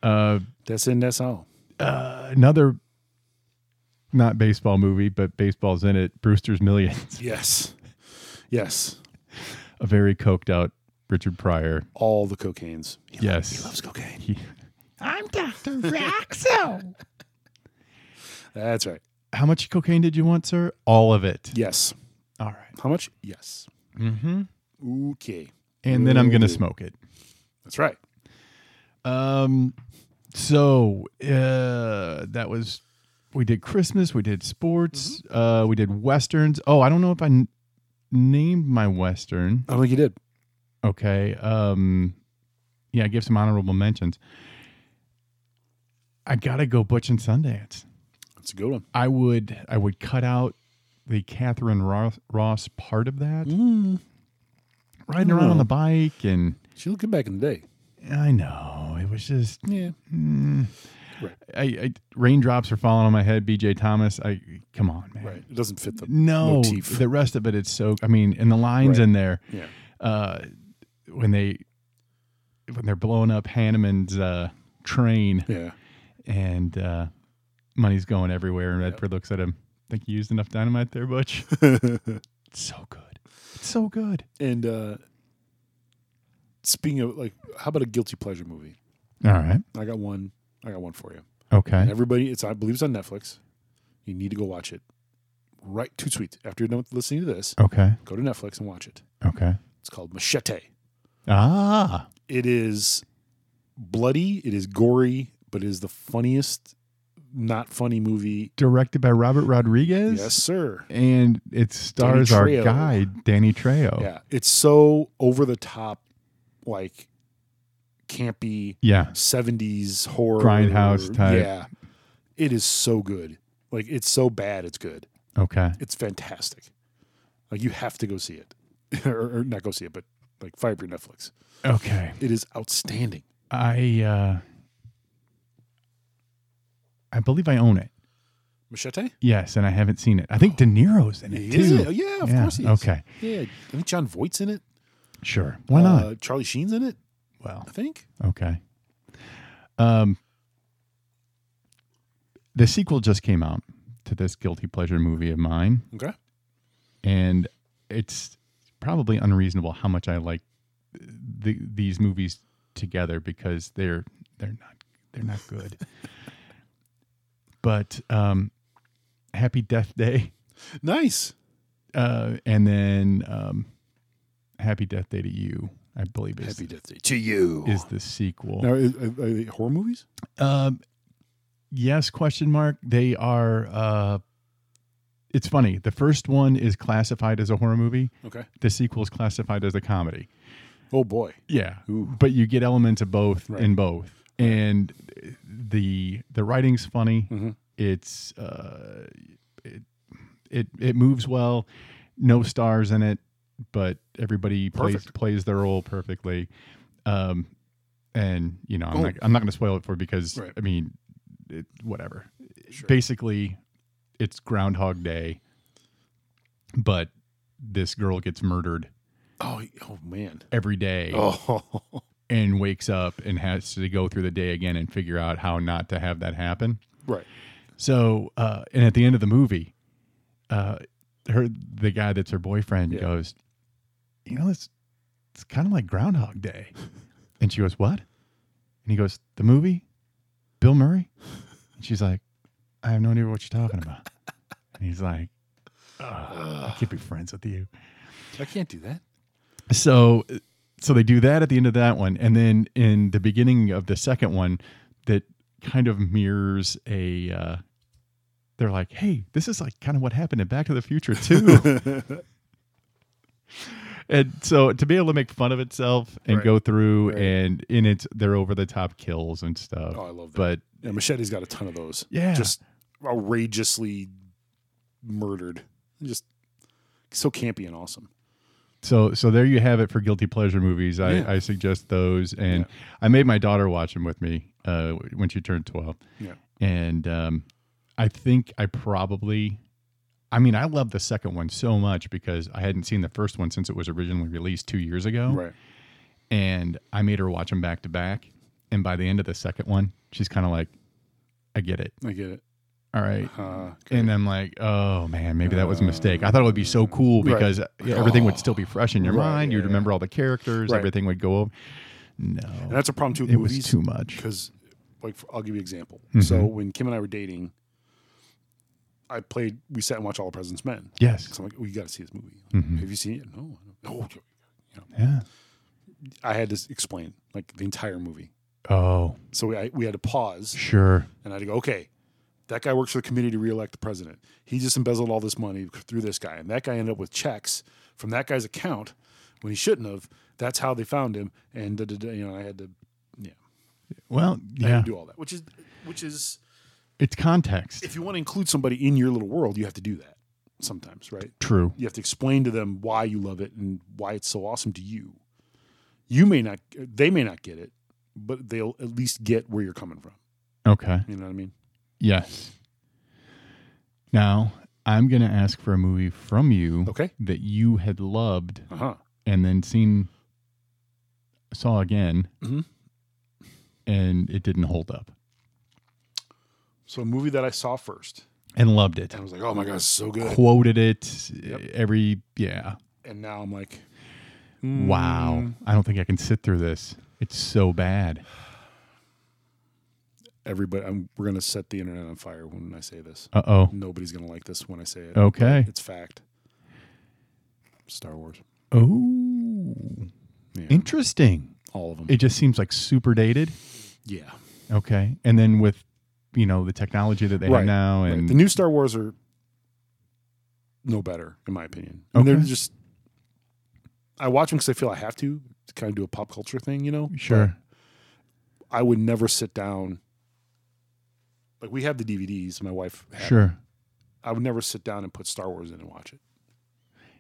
Speaker 5: Uh,
Speaker 3: That's in. That's all.
Speaker 5: another not baseball movie, but baseball's in it. Brewster's Millions.
Speaker 3: Yes. Yes.
Speaker 5: A very coked out Richard Pryor.
Speaker 3: All the cocaines. He lo-
Speaker 5: Yes.
Speaker 3: he loves cocaine.
Speaker 5: He- I'm Dr. Raxo.
Speaker 3: That's right.
Speaker 5: How much cocaine did you want, sir? All of it.
Speaker 3: Yes.
Speaker 5: All right.
Speaker 3: How much? Yes.
Speaker 5: Mm-hmm.
Speaker 3: Okay.
Speaker 5: And then I'm going
Speaker 3: Ooh.
Speaker 5: to smoke it.
Speaker 3: That's right.
Speaker 5: Um, so uh, that was, we did Christmas, we did sports, uh, we did Westerns. Oh, I don't know if I n- named my Western.
Speaker 3: I don't think he did.
Speaker 5: Okay. Um, yeah, give some honorable mentions. I gotta go Butch and Sundance.
Speaker 3: That's a good one.
Speaker 5: I would I would cut out the Catherine Ross, Ross part of that, riding around on the bike, and
Speaker 3: She looked good back in the day.
Speaker 5: I know it was just
Speaker 3: Yeah. Right.
Speaker 5: I, I raindrops are falling on my head. B.J. Thomas, I come on, man.
Speaker 3: Right. It doesn't fit the
Speaker 5: No,
Speaker 3: motif.
Speaker 5: the rest of it, it's so. I mean, and the lines
Speaker 3: Right.
Speaker 5: in there
Speaker 3: yeah.
Speaker 5: uh, when they when they're blowing up Hanneman's uh, train
Speaker 3: Yeah.
Speaker 5: and uh, money's going everywhere, and Redford looks at him. Think you used enough dynamite there, Butch? it's so good. It's so good.
Speaker 3: And uh speaking of like how about a guilty pleasure movie?
Speaker 5: All right.
Speaker 3: I got one. I got one for you. And
Speaker 5: Okay.
Speaker 3: everybody, it's I believe it's on Netflix. You need to go watch it. Right, too sweet. After you're done with listening to this,
Speaker 5: Okay.
Speaker 3: go to Netflix and watch it.
Speaker 5: Okay.
Speaker 3: It's called Machete.
Speaker 5: Ah.
Speaker 3: It is bloody. It is gory, but it is the funniest, not funny movie.
Speaker 5: Directed by Robert Rodriguez.
Speaker 3: Yes, sir.
Speaker 5: And it stars our
Speaker 3: Trejo.
Speaker 5: guy Danny Trejo.
Speaker 3: Yeah, it's so over the top, like campy
Speaker 5: Yeah.
Speaker 3: '70s horror
Speaker 5: Grindhouse type.
Speaker 3: Yeah, it is so good. Like it's so bad, it's good.
Speaker 5: Okay.
Speaker 3: It's fantastic. Like you have to go see it, or, or not go see it, but like fire up your Netflix.
Speaker 5: Okay.
Speaker 3: It is outstanding.
Speaker 5: I uh I believe I own it.
Speaker 3: Machete?
Speaker 5: Yes, and I haven't seen it. I think De Niro's in it too.
Speaker 3: Is it? Yeah, of
Speaker 5: Yeah,
Speaker 3: course he is.
Speaker 5: Okay.
Speaker 3: Yeah, I think John Voight's in it.
Speaker 5: Sure. Why not?
Speaker 3: Uh, Charlie Sheen's in it,
Speaker 5: Well,
Speaker 3: I think.
Speaker 5: okay. Um the sequel just came out to this guilty pleasure movie of mine
Speaker 3: Okay.
Speaker 5: and it's probably unreasonable how much I like the, these movies together because they're they're not they're not good. but um, Happy Death Day,
Speaker 3: Nice.
Speaker 5: uh, and then um, Happy Death Day to You, I believe is
Speaker 3: Happy Death Day to you.
Speaker 5: is the sequel.
Speaker 3: now, is- are, are they horror movies?
Speaker 5: Um, yes, question mark. They are. Uh, it's funny. The first one is classified as a horror movie.
Speaker 3: Okay.
Speaker 5: The sequel is classified as a comedy.
Speaker 3: Oh boy.
Speaker 5: Yeah,
Speaker 3: Ooh.
Speaker 5: but you get elements of both
Speaker 3: Right.
Speaker 5: in both, and the the writing's funny.
Speaker 3: Mhm.
Speaker 5: It's uh, it, it it moves well. No stars in it, but everybody plays
Speaker 3: Perfect.
Speaker 5: plays their role perfectly. Um, and you know, I'm
Speaker 3: Oh.
Speaker 5: not I'm not going to spoil it for you because
Speaker 3: Right.
Speaker 5: I mean, it, whatever.
Speaker 3: Sure.
Speaker 5: Basically, it's Groundhog Day, but this girl gets murdered
Speaker 3: Oh, oh man.
Speaker 5: every day
Speaker 3: Oh.
Speaker 5: and wakes up and has to go through the day again and figure out how not to have that happen.
Speaker 3: right.
Speaker 5: So, uh, and at the end of the movie, uh, her the guy that's her boyfriend
Speaker 3: Yeah.
Speaker 5: goes, "You know, it's it's kind of like Groundhog Day," and she goes, "What?" And he goes, "The movie, Bill Murray." And she's like, "I have no idea what you're talking about." and he's like, "Ugh, "I can't be friends with you."
Speaker 3: I can't do that.
Speaker 5: so so they do that at the end of that one and then in the beginning of the second one that kind of mirrors a uh, they're like hey this is like kind of what happened in back to the future too and so to be able to make fun of itself and
Speaker 3: Right.
Speaker 5: go through
Speaker 3: Right.
Speaker 5: and in it's they're over the top kills and stuff
Speaker 3: Oh, I love that.
Speaker 5: but
Speaker 3: Yeah, Machete's got a ton of those.
Speaker 5: Yeah.
Speaker 3: Just outrageously murdered. Just so campy and awesome.
Speaker 5: so so there you have it for guilty pleasure movies i,
Speaker 3: Yeah.
Speaker 5: I suggest those and
Speaker 3: Yeah.
Speaker 5: i made my daughter watch them with me uh, when she turned 12
Speaker 3: Yeah.
Speaker 5: and um, I think I probably, I mean, I love the second one so much because I hadn't seen the first one since it was originally released two years ago,
Speaker 3: Right.
Speaker 5: and I made her watch them back to back, and by the end of the second one, she's kind of like, "I get it,
Speaker 3: I get it.
Speaker 5: all right."
Speaker 3: Uh,
Speaker 5: And I'm like, oh man, maybe that was a mistake. I thought it would be so cool
Speaker 3: Right.
Speaker 5: because everything would
Speaker 3: Oh.
Speaker 5: still be fresh in your
Speaker 3: Right,
Speaker 5: mind. You'd
Speaker 3: yeah,
Speaker 5: remember all the characters.
Speaker 3: Right.
Speaker 5: Everything would go over. No,
Speaker 3: and that's a problem too. with
Speaker 5: Oh. it was
Speaker 3: movies.
Speaker 5: too Mm-hmm. much.
Speaker 3: because like for, I'll give you an example. So when Kim and I were dating, I played. We sat and watched All the President's Men.
Speaker 5: Yes.
Speaker 3: So I'm like, well, you got to see this movie.
Speaker 5: Mhm.
Speaker 3: Have you seen it? No. Oh,
Speaker 5: Yeah.
Speaker 3: I had to s- explain like the entire movie.
Speaker 5: Oh,
Speaker 3: So we, I, we had to pause,
Speaker 5: sure.
Speaker 3: and I had to go, okay. That guy works for the committee to reelect the president. He just embezzled all this money through this guy, and that guy ended up with checks from that guy's account when he shouldn't have. That's how they found him, and da, da, da, you know I had to, yeah,
Speaker 5: Well,
Speaker 3: I had
Speaker 5: yeah.
Speaker 3: to do all that, which is, which is
Speaker 5: It's context.
Speaker 3: if you want to include somebody in your little world, you have to do that sometimes, right?
Speaker 5: True.
Speaker 3: You have to explain to them why you love it and why it's so awesome to you. You may not, they may not get it, but they'll at least get where you're coming from.
Speaker 5: Okay.
Speaker 3: You know what I mean?
Speaker 5: Yes. Now, I'm going to ask for a movie from you
Speaker 3: Okay.
Speaker 5: that you had loved
Speaker 3: Uh huh.
Speaker 5: and then seen, saw again,
Speaker 3: Mhm.
Speaker 5: and it didn't hold up
Speaker 3: So a movie that I saw first,
Speaker 5: and loved it.
Speaker 3: and I was like, "Oh my god, it's so good!"
Speaker 5: Quoted it
Speaker 3: Yep.
Speaker 5: every, yeah.
Speaker 3: And now I'm like,
Speaker 5: Wow.
Speaker 3: mm,
Speaker 5: I don't think I can sit through this. It's so bad.
Speaker 3: Everybody, I'm, we're gonna set the internet on fire when I say this.
Speaker 5: Uh oh.
Speaker 3: Nobody's gonna like this when I say it.
Speaker 5: Okay.
Speaker 3: It's fact. Star Wars,
Speaker 5: Oh.
Speaker 3: Yeah.
Speaker 5: Interesting.
Speaker 3: all of them.
Speaker 5: It just seems like super dated.
Speaker 3: yeah,
Speaker 5: Okay. And then with, you know, the technology that they
Speaker 3: Right,
Speaker 5: have now
Speaker 3: right.
Speaker 5: and
Speaker 3: the new Star Wars are no better, in my opinion. I mean,
Speaker 5: Okay.
Speaker 3: they're just. I watch them because I feel I have to to kind of do a pop culture thing, you know.
Speaker 5: Sure.
Speaker 3: But I would never sit down. Like we have the DVDs, my wife. had
Speaker 5: Sure.
Speaker 3: I would never sit down and put Star Wars in and watch it.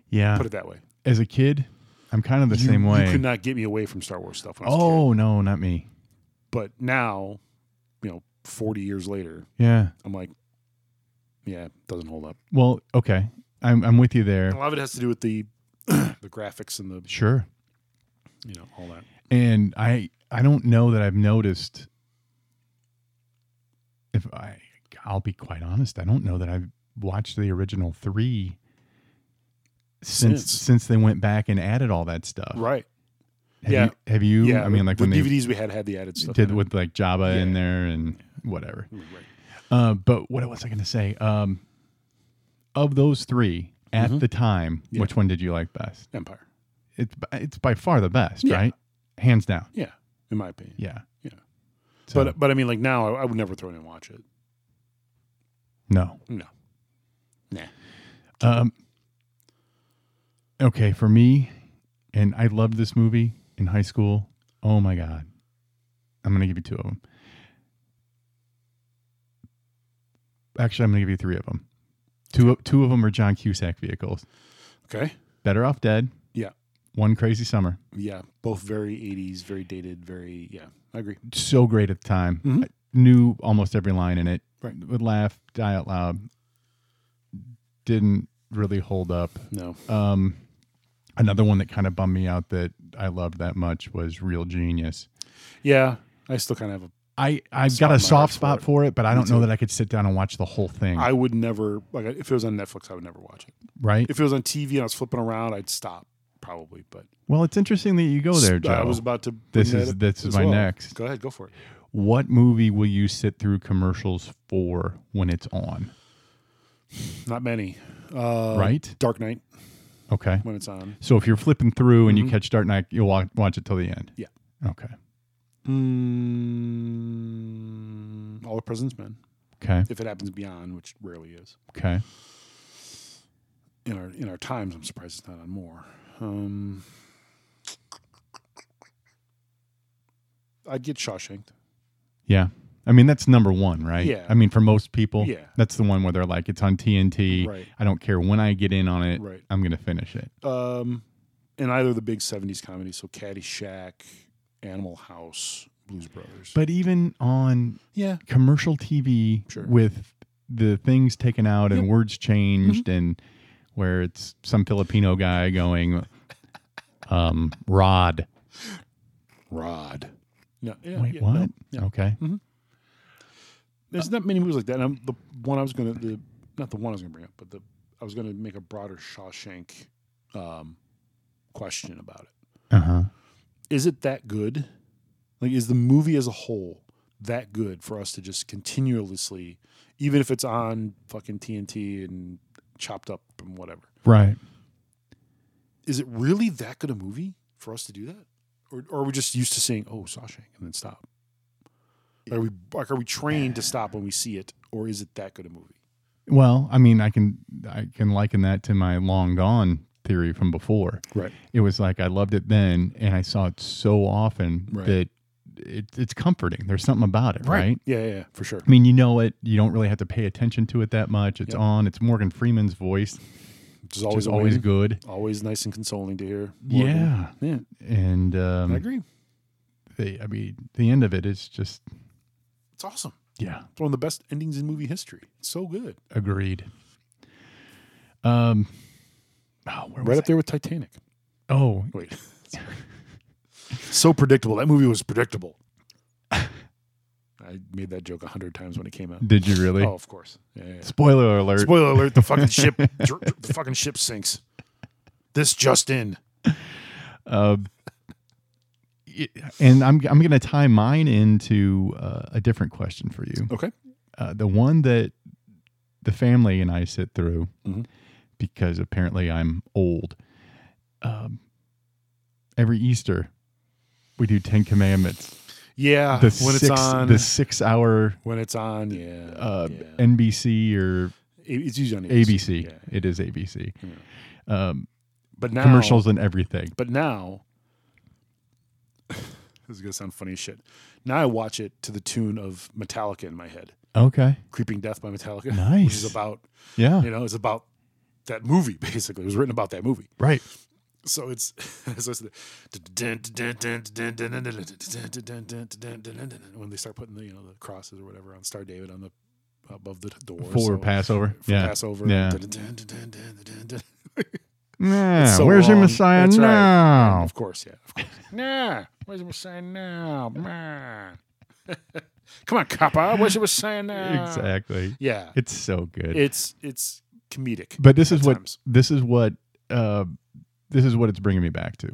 Speaker 5: Yeah.
Speaker 3: Put it that way.
Speaker 5: As a kid, I'm kind of the
Speaker 3: You-
Speaker 5: same way.
Speaker 3: You could not get me away from Star Wars stuff. When I was a kid.
Speaker 5: oh, no, not me.
Speaker 3: but now, you know, forty years later,
Speaker 5: Yeah.
Speaker 3: I'm like, yeah, it doesn't hold up.
Speaker 5: Well, okay. I'm, I'm with you there.
Speaker 3: A lot of it has to do with the the graphics and the
Speaker 5: Sure.
Speaker 3: you know all that.
Speaker 5: And I I don't know that I've noticed if I I'll be quite honest, I don't know that I've watched the original 3 since since,
Speaker 3: Since.
Speaker 5: they went back and added all that stuff.
Speaker 3: Right.
Speaker 5: Have
Speaker 3: Yeah.
Speaker 5: you have you
Speaker 3: yeah.
Speaker 5: I mean like
Speaker 3: the
Speaker 5: when they
Speaker 3: DVDs we had had the added stuff.
Speaker 5: did
Speaker 3: in it.
Speaker 5: with like Java in
Speaker 3: Yeah.
Speaker 5: there and whatever.
Speaker 3: Right.
Speaker 5: Uh, but what was I going to say? Um, of those three at the time,
Speaker 3: Mm-hmm. Yeah.
Speaker 5: which one did you like best?
Speaker 3: Empire.
Speaker 5: It's b- it's by far the best,
Speaker 3: Yeah.
Speaker 5: right? Hands down.
Speaker 3: Yeah, in my opinion.
Speaker 5: Yeah.
Speaker 3: Yeah.
Speaker 5: So,
Speaker 3: But but I mean, like now, I, I would never throw it in and watch it.
Speaker 5: no.
Speaker 3: No. Nah.
Speaker 5: Um, okay, for me, and I loved this movie in high school. Oh my god, I'm gonna give you two of them. Actually, I'm gonna give you three of them. Two of- two of them are John Cusack vehicles.
Speaker 3: Okay.
Speaker 5: Better off dead.
Speaker 3: Yeah.
Speaker 5: One crazy summer.
Speaker 3: Yeah. Both very 80s, very dated, very yeah. I agree.
Speaker 5: So great at the time.
Speaker 3: Mhm.
Speaker 5: I knew almost every line in it.
Speaker 3: Right.
Speaker 5: Would laugh, die out loud. Didn't really hold up.
Speaker 3: No.
Speaker 5: Um, another one that kind of bummed me out that I loved that much was Real Genius.
Speaker 3: Yeah, I still kind of have
Speaker 5: I I've
Speaker 3: Spot
Speaker 5: got a
Speaker 3: in my heart
Speaker 5: soft
Speaker 3: for
Speaker 5: spot
Speaker 3: it.
Speaker 5: for it, but I
Speaker 3: Me
Speaker 5: don't know
Speaker 3: too.
Speaker 5: that I could sit down and watch the whole thing.
Speaker 3: a. I would never like if it was on Netflix, I would never watch it.
Speaker 5: right?
Speaker 3: If it was on TV and I was flipping around, I'd stop probably. But
Speaker 5: well, it's interesting that you go there, Joe.
Speaker 3: I was about to. bring
Speaker 5: This
Speaker 3: that
Speaker 5: is-
Speaker 3: up
Speaker 5: this is
Speaker 3: as
Speaker 5: my next.
Speaker 3: Go ahead, go for it.
Speaker 5: what movie will you sit through commercials for when it's on?
Speaker 3: Not many. Uh,
Speaker 5: Right?
Speaker 3: Dark Knight
Speaker 5: Okay.
Speaker 3: when it's on.
Speaker 5: So if you're flipping through and you
Speaker 3: Mhm.
Speaker 5: catch Dark Knight, you'll watch, watch it till the end.
Speaker 3: Yeah.
Speaker 5: Okay.
Speaker 3: Mm, All the President's Men.
Speaker 5: Okay.
Speaker 3: If it happens beyond, which rarely is
Speaker 5: Okay.
Speaker 3: in our in our times, I'm surprised it's not on more. Um, I'd get Shawshanked.
Speaker 5: Yeah. I mean, that's number one, right?
Speaker 3: Yeah.
Speaker 5: I mean, for most people,
Speaker 3: Yeah.
Speaker 5: that's the one where they're like, it's on TNT.
Speaker 3: Right.
Speaker 5: I don't care when I get in on it.
Speaker 3: Right.
Speaker 5: I'm going to finish it.
Speaker 3: um, in either of the big '70s comedies, so Caddyshack, Animal House, Blues Brothers.
Speaker 5: But even on
Speaker 3: yeah,
Speaker 5: commercial TV
Speaker 3: Sure.
Speaker 5: with the things taken out and words changed
Speaker 3: Mm-hmm.
Speaker 5: and where it's some Filipino guy going, um, Rod.
Speaker 3: Rod. No, yeah,
Speaker 5: Wait,
Speaker 3: yeah,
Speaker 5: what?
Speaker 3: no. yeah. Mm-hmm.
Speaker 5: Okay.
Speaker 3: There's not many movies like that. And I'm, the one I was gonna, the not the one I was gonna bring up, but the I was gonna make a broader Shawshank um, question about it.
Speaker 5: Uh huh.
Speaker 3: Is it that good? Like, is the movie as a whole that good for us to just continuously, even if it's on fucking TNT and chopped up and whatever?
Speaker 5: Right.
Speaker 3: is it really that good a movie for us to do that? Or, or are we just used to saying, oh, Shawshank, and then stop? Are we like are we trained to stop when we see it, or is it that good a movie?
Speaker 5: Well, I mean, I can I can liken that to my long gone theory from before.
Speaker 3: Right.
Speaker 5: It was like I loved it then, and I saw it so often
Speaker 3: Right.
Speaker 5: that it, it's comforting. There's something about it, right?
Speaker 3: Yeah, yeah, yeah, for sure.
Speaker 5: I mean, you know it. You don't really have to pay attention to it that much. It's
Speaker 3: Yep.
Speaker 5: on. It's Morgan Freeman's voice,
Speaker 3: Which is
Speaker 5: which
Speaker 3: always
Speaker 5: is always
Speaker 3: good.
Speaker 5: good.
Speaker 3: Always nice and consoling to hear.
Speaker 5: Yeah,
Speaker 3: Yeah. Mm.
Speaker 5: and um,
Speaker 3: I agree.
Speaker 5: The, I mean, the end of it is just
Speaker 3: It's awesome.
Speaker 5: Yeah.
Speaker 3: It's one of the best endings in movie history. It's so good.
Speaker 5: Agreed. Um, oh, where was
Speaker 3: Right up there with Titanic.
Speaker 5: I? Oh,
Speaker 3: Wait. so predictable. That movie was predictable. I made that joke a hundred times when it came out.
Speaker 5: did you really?
Speaker 3: Oh, of course. Yeah, yeah, yeah.
Speaker 5: Spoiler alert.
Speaker 3: Spoiler alert: the fucking ship, dr- dr- the fucking ship sinks. This just in.
Speaker 5: Um, y- and I'm I'm going to tie mine into uh, a different question for you.
Speaker 3: Okay.
Speaker 5: Uh, the one that the family and I sit through
Speaker 3: Mhm.
Speaker 5: because apparently I'm old. Um, every Easter, we do Ten Commandments.
Speaker 3: Yeah,
Speaker 5: The
Speaker 3: when
Speaker 5: six,
Speaker 3: it's on,
Speaker 5: the six-hour
Speaker 3: when it's on, yeah,
Speaker 5: uh,
Speaker 3: yeah.
Speaker 5: NBC or
Speaker 3: It- it's usually on
Speaker 5: ABC.
Speaker 3: yeah.
Speaker 5: It is ABC. Um,
Speaker 3: But now
Speaker 5: commercials and everything.
Speaker 3: But now, this is gonna sound funny as shit. Now I watch it to the tune of Metallica in my head,
Speaker 5: Okay.
Speaker 3: "Creeping Death" by Metallica, which
Speaker 5: Nice.
Speaker 3: is about
Speaker 5: Yeah.
Speaker 3: you know it's about that movie basically. It was written about that movie.
Speaker 5: Right.
Speaker 3: So it's so it's the when they start putting the you know the crosses or whatever on Star David on the above the door
Speaker 5: Forward
Speaker 3: so-
Speaker 5: Passover.
Speaker 3: for
Speaker 5: yeah.
Speaker 3: Passover.
Speaker 5: Yeah.
Speaker 3: It's
Speaker 5: Nah,
Speaker 3: so
Speaker 5: where's your
Speaker 3: long.
Speaker 5: Messiah
Speaker 3: That's right.
Speaker 5: now?
Speaker 3: Of course, yeah. Of course. nah, where's your Messiah now? Nah. Come on, Kappa. Where's your Messiah now?
Speaker 5: Exactly.
Speaker 3: Yeah,
Speaker 5: It's so good.
Speaker 3: it's it's comedic.
Speaker 5: but this is
Speaker 3: at
Speaker 5: what
Speaker 3: times.
Speaker 5: this is what uh, this is what it's bringing me back to.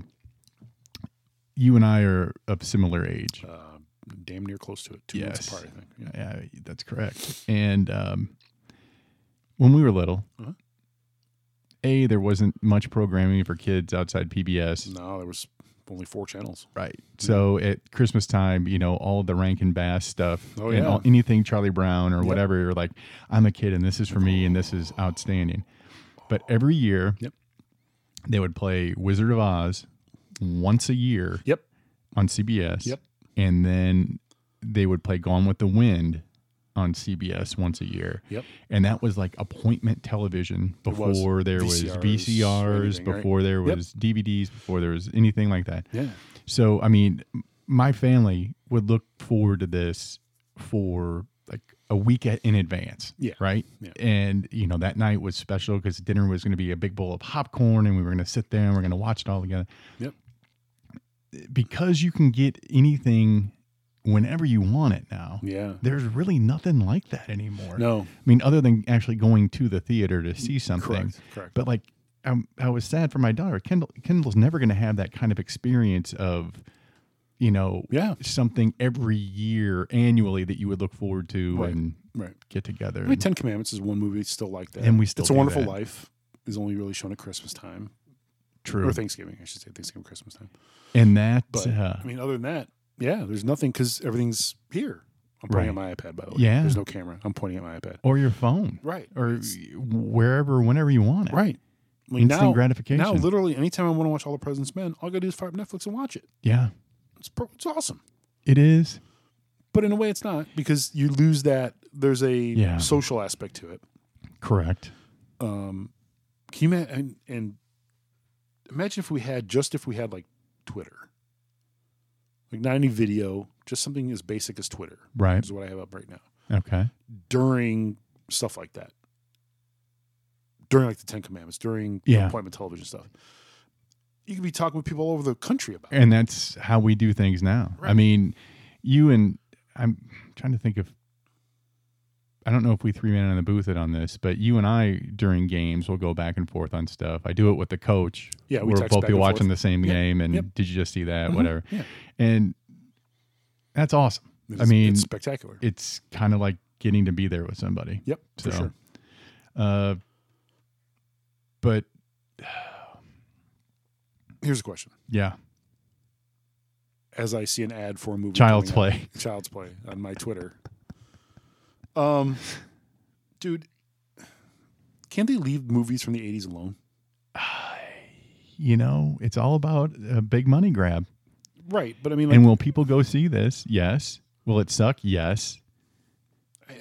Speaker 5: You and I are of similar age.
Speaker 3: Uh, damn near close to it. Two
Speaker 5: Yes.
Speaker 3: minutes apart, I think. Yeah.
Speaker 5: Yeah, that's correct. And um, when we were little,
Speaker 3: Uh-huh.
Speaker 5: a there wasn't much programming for kids outside PBS.
Speaker 3: No, there was only four channels.
Speaker 5: Right. So at Christmas time, you know, all the Rankin Bass stuff
Speaker 3: Oh,
Speaker 5: and
Speaker 3: yeah.
Speaker 5: all, anything Charlie Brown or whatever, you're like, I'm a kid and this is for me and this is outstanding. But every year,
Speaker 3: Yep.
Speaker 5: they would play Wizard of Oz once a year
Speaker 3: Yep.
Speaker 5: on CBS.
Speaker 3: Yep.
Speaker 5: And then they would play Gone with the Wind on CBS once a year.
Speaker 3: Yep.
Speaker 5: And that was like appointment television
Speaker 3: was.
Speaker 5: before there was
Speaker 3: VCRs,
Speaker 5: VCRs,
Speaker 3: anything, right?
Speaker 5: before there
Speaker 3: Yep.
Speaker 5: was DVDs, before there was anything like that.
Speaker 3: Yeah.
Speaker 5: So, I mean, m- my family would look forward to this for like a week a- in advance.
Speaker 3: Yeah.
Speaker 5: Right.
Speaker 3: Yeah.
Speaker 5: And, you know, that night was special because dinner was going to be a big bowl of popcorn and we were going to sit there and we're going to watch it all together.
Speaker 3: Yep.
Speaker 5: Because you can get anything whenever you want it now,
Speaker 3: Yeah.
Speaker 5: there's really nothing like that anymore.
Speaker 3: No.
Speaker 5: I mean, other than actually going to the theater to see something.
Speaker 3: Correct. Correct.
Speaker 5: But like, I'm, I was sad for my daughter. Kendall, Kendall's never going to have that kind of experience of, you know,
Speaker 3: Yeah.
Speaker 5: something every year annually that you would look forward to
Speaker 3: Right.
Speaker 5: and
Speaker 3: Right.
Speaker 5: get together.
Speaker 3: I mean, Ten Commandments is one movie still like that.
Speaker 5: Mm-hmm. And we still
Speaker 3: It's a
Speaker 5: do
Speaker 3: Wonderful
Speaker 5: that.
Speaker 3: Life is only really shown at Christmas time
Speaker 5: True.
Speaker 3: or Thanksgiving. I should say Thanksgiving, Christmas time.
Speaker 5: And that,
Speaker 3: But
Speaker 5: uh,
Speaker 3: I mean, other than that, yeah, there's nothing because everything's here. I'm pointing at my iPad, by the way.
Speaker 5: Yeah.
Speaker 3: There's no camera. I'm pointing at my iPad.
Speaker 5: or your phone,
Speaker 3: Right.
Speaker 5: or
Speaker 3: It's-
Speaker 5: wherever, whenever you want it.
Speaker 3: right. I mean,
Speaker 5: Instant
Speaker 3: now,
Speaker 5: gratification.
Speaker 3: now, literally, anytime I want to watch All the President's Men, all I got to do is fire up Netflix and watch it.
Speaker 5: Yeah,
Speaker 3: It's, pro- it's awesome.
Speaker 5: it is.
Speaker 3: But in a way, it's not because you lose that. There's a
Speaker 5: Yeah.
Speaker 3: social aspect to it.
Speaker 5: Correct.
Speaker 3: um can you ma- and, and imagine if we had just if we had like twitter like not any video just something as basic as twitter
Speaker 5: Right.
Speaker 3: which is what i have up right now
Speaker 5: Okay.
Speaker 3: during stuff like that during like the ten commandments during
Speaker 5: Yeah.
Speaker 3: appointment television stuff you could be talking with people all over the country about it.
Speaker 5: and that's how we do things now. I
Speaker 3: Right.
Speaker 5: mean, you and I'm trying to think of. I don't know if we three men in the booth it on this, but you and I during games will go back and forth on stuff. I do it with the coach.
Speaker 3: Yeah, we
Speaker 5: we'll
Speaker 3: text
Speaker 5: both
Speaker 3: back
Speaker 5: be
Speaker 3: and
Speaker 5: watching
Speaker 3: forth.
Speaker 5: the same
Speaker 3: Yep,
Speaker 5: game, and
Speaker 3: yep.
Speaker 5: did you just see that?
Speaker 3: Mhm,
Speaker 5: Whatever,
Speaker 3: yeah.
Speaker 5: and that's awesome. I
Speaker 3: It's-
Speaker 5: mean,
Speaker 3: it's
Speaker 5: it's,
Speaker 3: spectacular
Speaker 5: kind of like getting to be there with somebody.
Speaker 3: yep for
Speaker 5: so,
Speaker 3: sure
Speaker 5: Uh, but
Speaker 3: here's a question
Speaker 5: yeah,
Speaker 3: as i see an ad for a movie
Speaker 5: child's
Speaker 3: coming up-
Speaker 5: play.
Speaker 3: child's play on my Twitter. Um, dude, can't they leave movies from the '80s alone?
Speaker 5: You know, it's all about a big money grab.
Speaker 3: Right, but I mean,
Speaker 5: and
Speaker 3: like,
Speaker 5: will people go see this? Yes. Will it suck? Yes.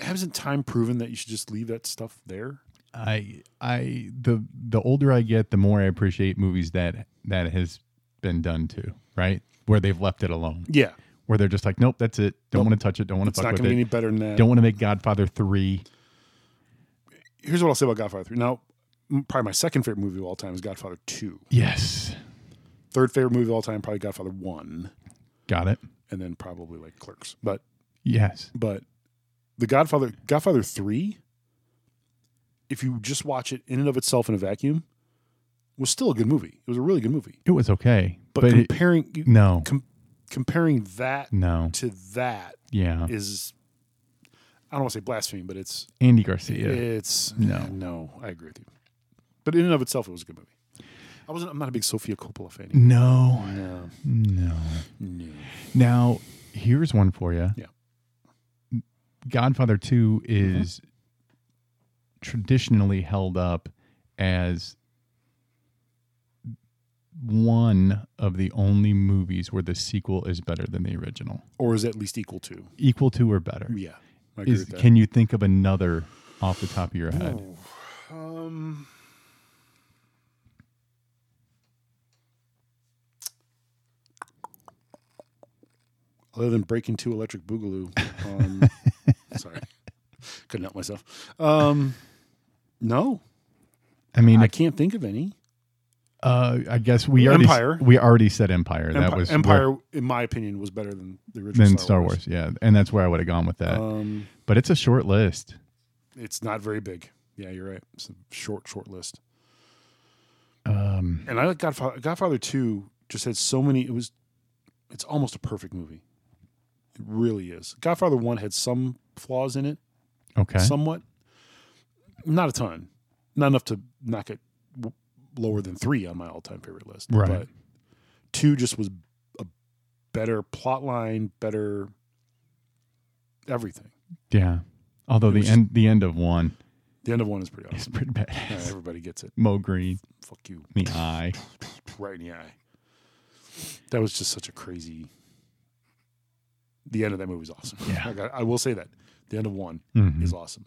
Speaker 3: hasn't time proven that you should just leave that stuff there?
Speaker 5: I I the the older I get, the more I appreciate movies that that has been done to, right? Where they've left it alone.
Speaker 3: Yeah,
Speaker 5: where they're just like, nope, that's it. Don't
Speaker 3: Nope.
Speaker 5: want to touch it. Don't want
Speaker 3: It's
Speaker 5: to
Speaker 3: not
Speaker 5: fuck with
Speaker 3: going to be any
Speaker 5: it.
Speaker 3: better than that.
Speaker 5: Don't want to make Godfather three.
Speaker 3: Here's what I'll say about Godfather 3. Now, m- probably my second favorite movie of all time is Godfather 2.
Speaker 5: Yes,
Speaker 3: Third favorite movie of all time, probably Godfather 1.
Speaker 5: got it.
Speaker 3: And then probably like Clerks. But
Speaker 5: Yes,
Speaker 3: but the Godfather Godfather 3 if you just watch it in and of itself in a vacuum was still a good movie. It was a really good movie.
Speaker 5: it was okay,
Speaker 3: But,
Speaker 5: but, it-
Speaker 3: comparing you-
Speaker 5: no,
Speaker 3: com- comparing that
Speaker 5: no,
Speaker 3: to that
Speaker 5: yeah,
Speaker 3: is I don't want to say blasphemy, but it's
Speaker 5: Andy Garcia.
Speaker 3: it's
Speaker 5: No.
Speaker 3: no. I agree with you. But in and of itself, it was a good movie. I wasn't. I'm not a big Sofia Coppola fan. either.
Speaker 5: no,
Speaker 3: No,
Speaker 5: no.
Speaker 3: no.
Speaker 5: Now here's one for you.
Speaker 3: Yeah.
Speaker 5: Godfather Two
Speaker 3: Mm-hmm.
Speaker 5: is traditionally held up as one of the only movies where the sequel is better than the original,
Speaker 3: Or is at least equal to?
Speaker 5: equal to or better.
Speaker 3: Yeah, I agree
Speaker 5: Is,
Speaker 3: with that.
Speaker 5: can you think of another off the top of your head?
Speaker 3: um, other than Breaking Two Electric Boogaloo, um, sorry, couldn't help myself. Um, no,
Speaker 5: I mean,
Speaker 3: I
Speaker 5: if-
Speaker 3: can't think of any.
Speaker 5: uh, I guess we already
Speaker 3: Empire.
Speaker 5: we already said Empire.
Speaker 3: Empire,
Speaker 5: that was
Speaker 3: Empire in my opinion, was better than the
Speaker 5: where,
Speaker 3: original
Speaker 5: than Star Wars. Yeah, and that's where I would have gone with that.
Speaker 3: Um,
Speaker 5: but it's a short list.
Speaker 3: it's not very big. Yeah, you're right. It's a short, short list.
Speaker 5: Um,
Speaker 3: And I like Godfather. Godfather Two just had so many. It was, it's almost a perfect movie. It really is. Godfather One had some flaws in it,
Speaker 5: okay.
Speaker 3: somewhat, not a ton, not enough to knock it w- lower than three on my all-time favorite list.
Speaker 5: Right.
Speaker 3: But two just was a better plot line, better everything.
Speaker 5: yeah. Although
Speaker 3: It
Speaker 5: the
Speaker 3: was-
Speaker 5: end the end of one
Speaker 3: The end of one is pretty
Speaker 5: is
Speaker 3: awesome.
Speaker 5: pretty
Speaker 3: Yeah,
Speaker 5: badass.
Speaker 3: everybody gets it.
Speaker 5: Mo Green
Speaker 3: Fuck you.
Speaker 5: in the eye.
Speaker 3: right in the eye. That was just such a crazy. The end of that movie was awesome.
Speaker 5: Yeah.
Speaker 3: I, got, I will say that the end of one
Speaker 5: Mhm.
Speaker 3: is awesome.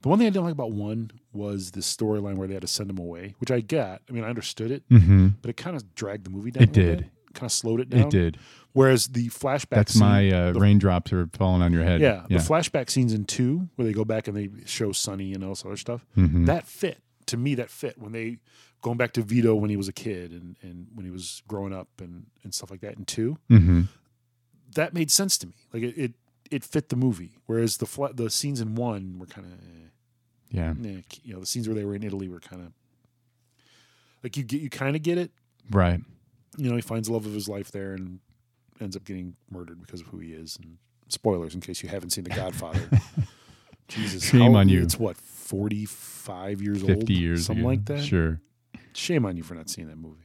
Speaker 3: The one thing I didn't like about one was the storyline where they had to send him away, which I get. I mean, I understood it,
Speaker 5: Mm-hmm.
Speaker 3: but it kind of dragged the movie down.
Speaker 5: It did.
Speaker 3: Kind of slowed it down.
Speaker 5: It did.
Speaker 3: Whereas the flashback.
Speaker 5: That's
Speaker 3: scene-
Speaker 5: my uh,
Speaker 3: the-
Speaker 5: raindrops are falling on your head.
Speaker 3: yeah, The flashback scenes in two where they go back and they show Sonny and all this other stuff
Speaker 5: Mhm.
Speaker 3: that fit to me that fit when they going back to Vito when he was a kid and and when he was growing up and and stuff like that in two
Speaker 5: Mhm.
Speaker 3: that made sense to me like it it, it fit the movie whereas the fla- the scenes in one were kind of
Speaker 5: Yeah.
Speaker 3: eh, you know the scenes where they were in Italy were kind of like you get you kind of get it
Speaker 5: Right.
Speaker 3: you know he finds the love of his life there and ends up getting murdered because of who he is and spoilers in case you haven't seen The Godfather. Jesus,
Speaker 5: Shame
Speaker 3: how-
Speaker 5: on you.
Speaker 3: It's what forty five years old,
Speaker 5: Fifty years.
Speaker 3: something
Speaker 5: ago.
Speaker 3: like that.
Speaker 5: Sure.
Speaker 3: Shame on you for not seeing that movie.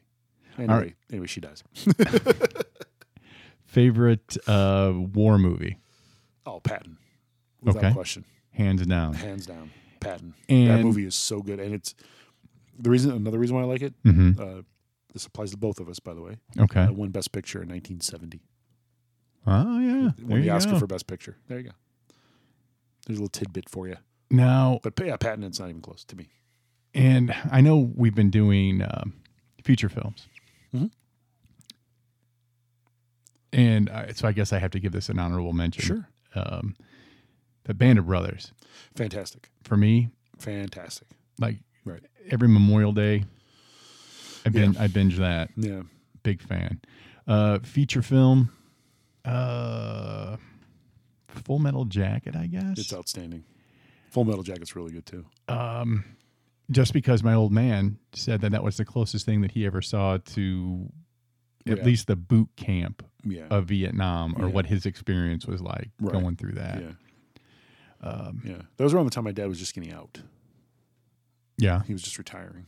Speaker 3: Anyway,
Speaker 5: right.
Speaker 3: anyway, she dies.
Speaker 5: Favorite uh, war movie,
Speaker 3: Oh, Patton, without
Speaker 5: Okay.
Speaker 3: question,
Speaker 5: hands down.
Speaker 3: hands down, Patton. that
Speaker 5: And-
Speaker 3: movie is so good, and it's the reason. Another reason why I like it.
Speaker 5: hmm
Speaker 3: Uh, this applies to both of us, by the way.
Speaker 5: Okay.
Speaker 3: I won Best Picture in 1970.
Speaker 5: Oh yeah.
Speaker 3: It
Speaker 5: There
Speaker 3: won the
Speaker 5: you
Speaker 3: Oscar
Speaker 5: go.
Speaker 3: for Best Picture. There you go. There's a little tidbit for you,
Speaker 5: now
Speaker 3: but yeah, Patton. It's not even close to me.
Speaker 5: and I know we've been doing um, feature films,
Speaker 3: Mhm.
Speaker 5: and I, so I guess I have to give this an honorable mention.
Speaker 3: Sure.
Speaker 5: um, the Band of Brothers
Speaker 3: Fantastic,
Speaker 5: for me,
Speaker 3: fantastic.
Speaker 5: like
Speaker 3: Right.
Speaker 5: every Memorial Day, I bin- I binge that.
Speaker 3: Yeah,
Speaker 5: Big fan. Uh, feature film, uh, Full Metal Jacket, I guess.
Speaker 3: it's outstanding. Full Metal Jacket's really good too.
Speaker 5: um, just because my old man said that that was the closest thing that he ever saw to at
Speaker 3: Yeah.
Speaker 5: least the boot camp
Speaker 3: Yeah,
Speaker 5: of Vietnam or
Speaker 3: Yeah.
Speaker 5: what his experience was like
Speaker 3: Right.
Speaker 5: going through that. Um,
Speaker 3: yeah, yeah. That was around the time my dad was just getting out.
Speaker 5: Yeah.
Speaker 3: He was just retiring.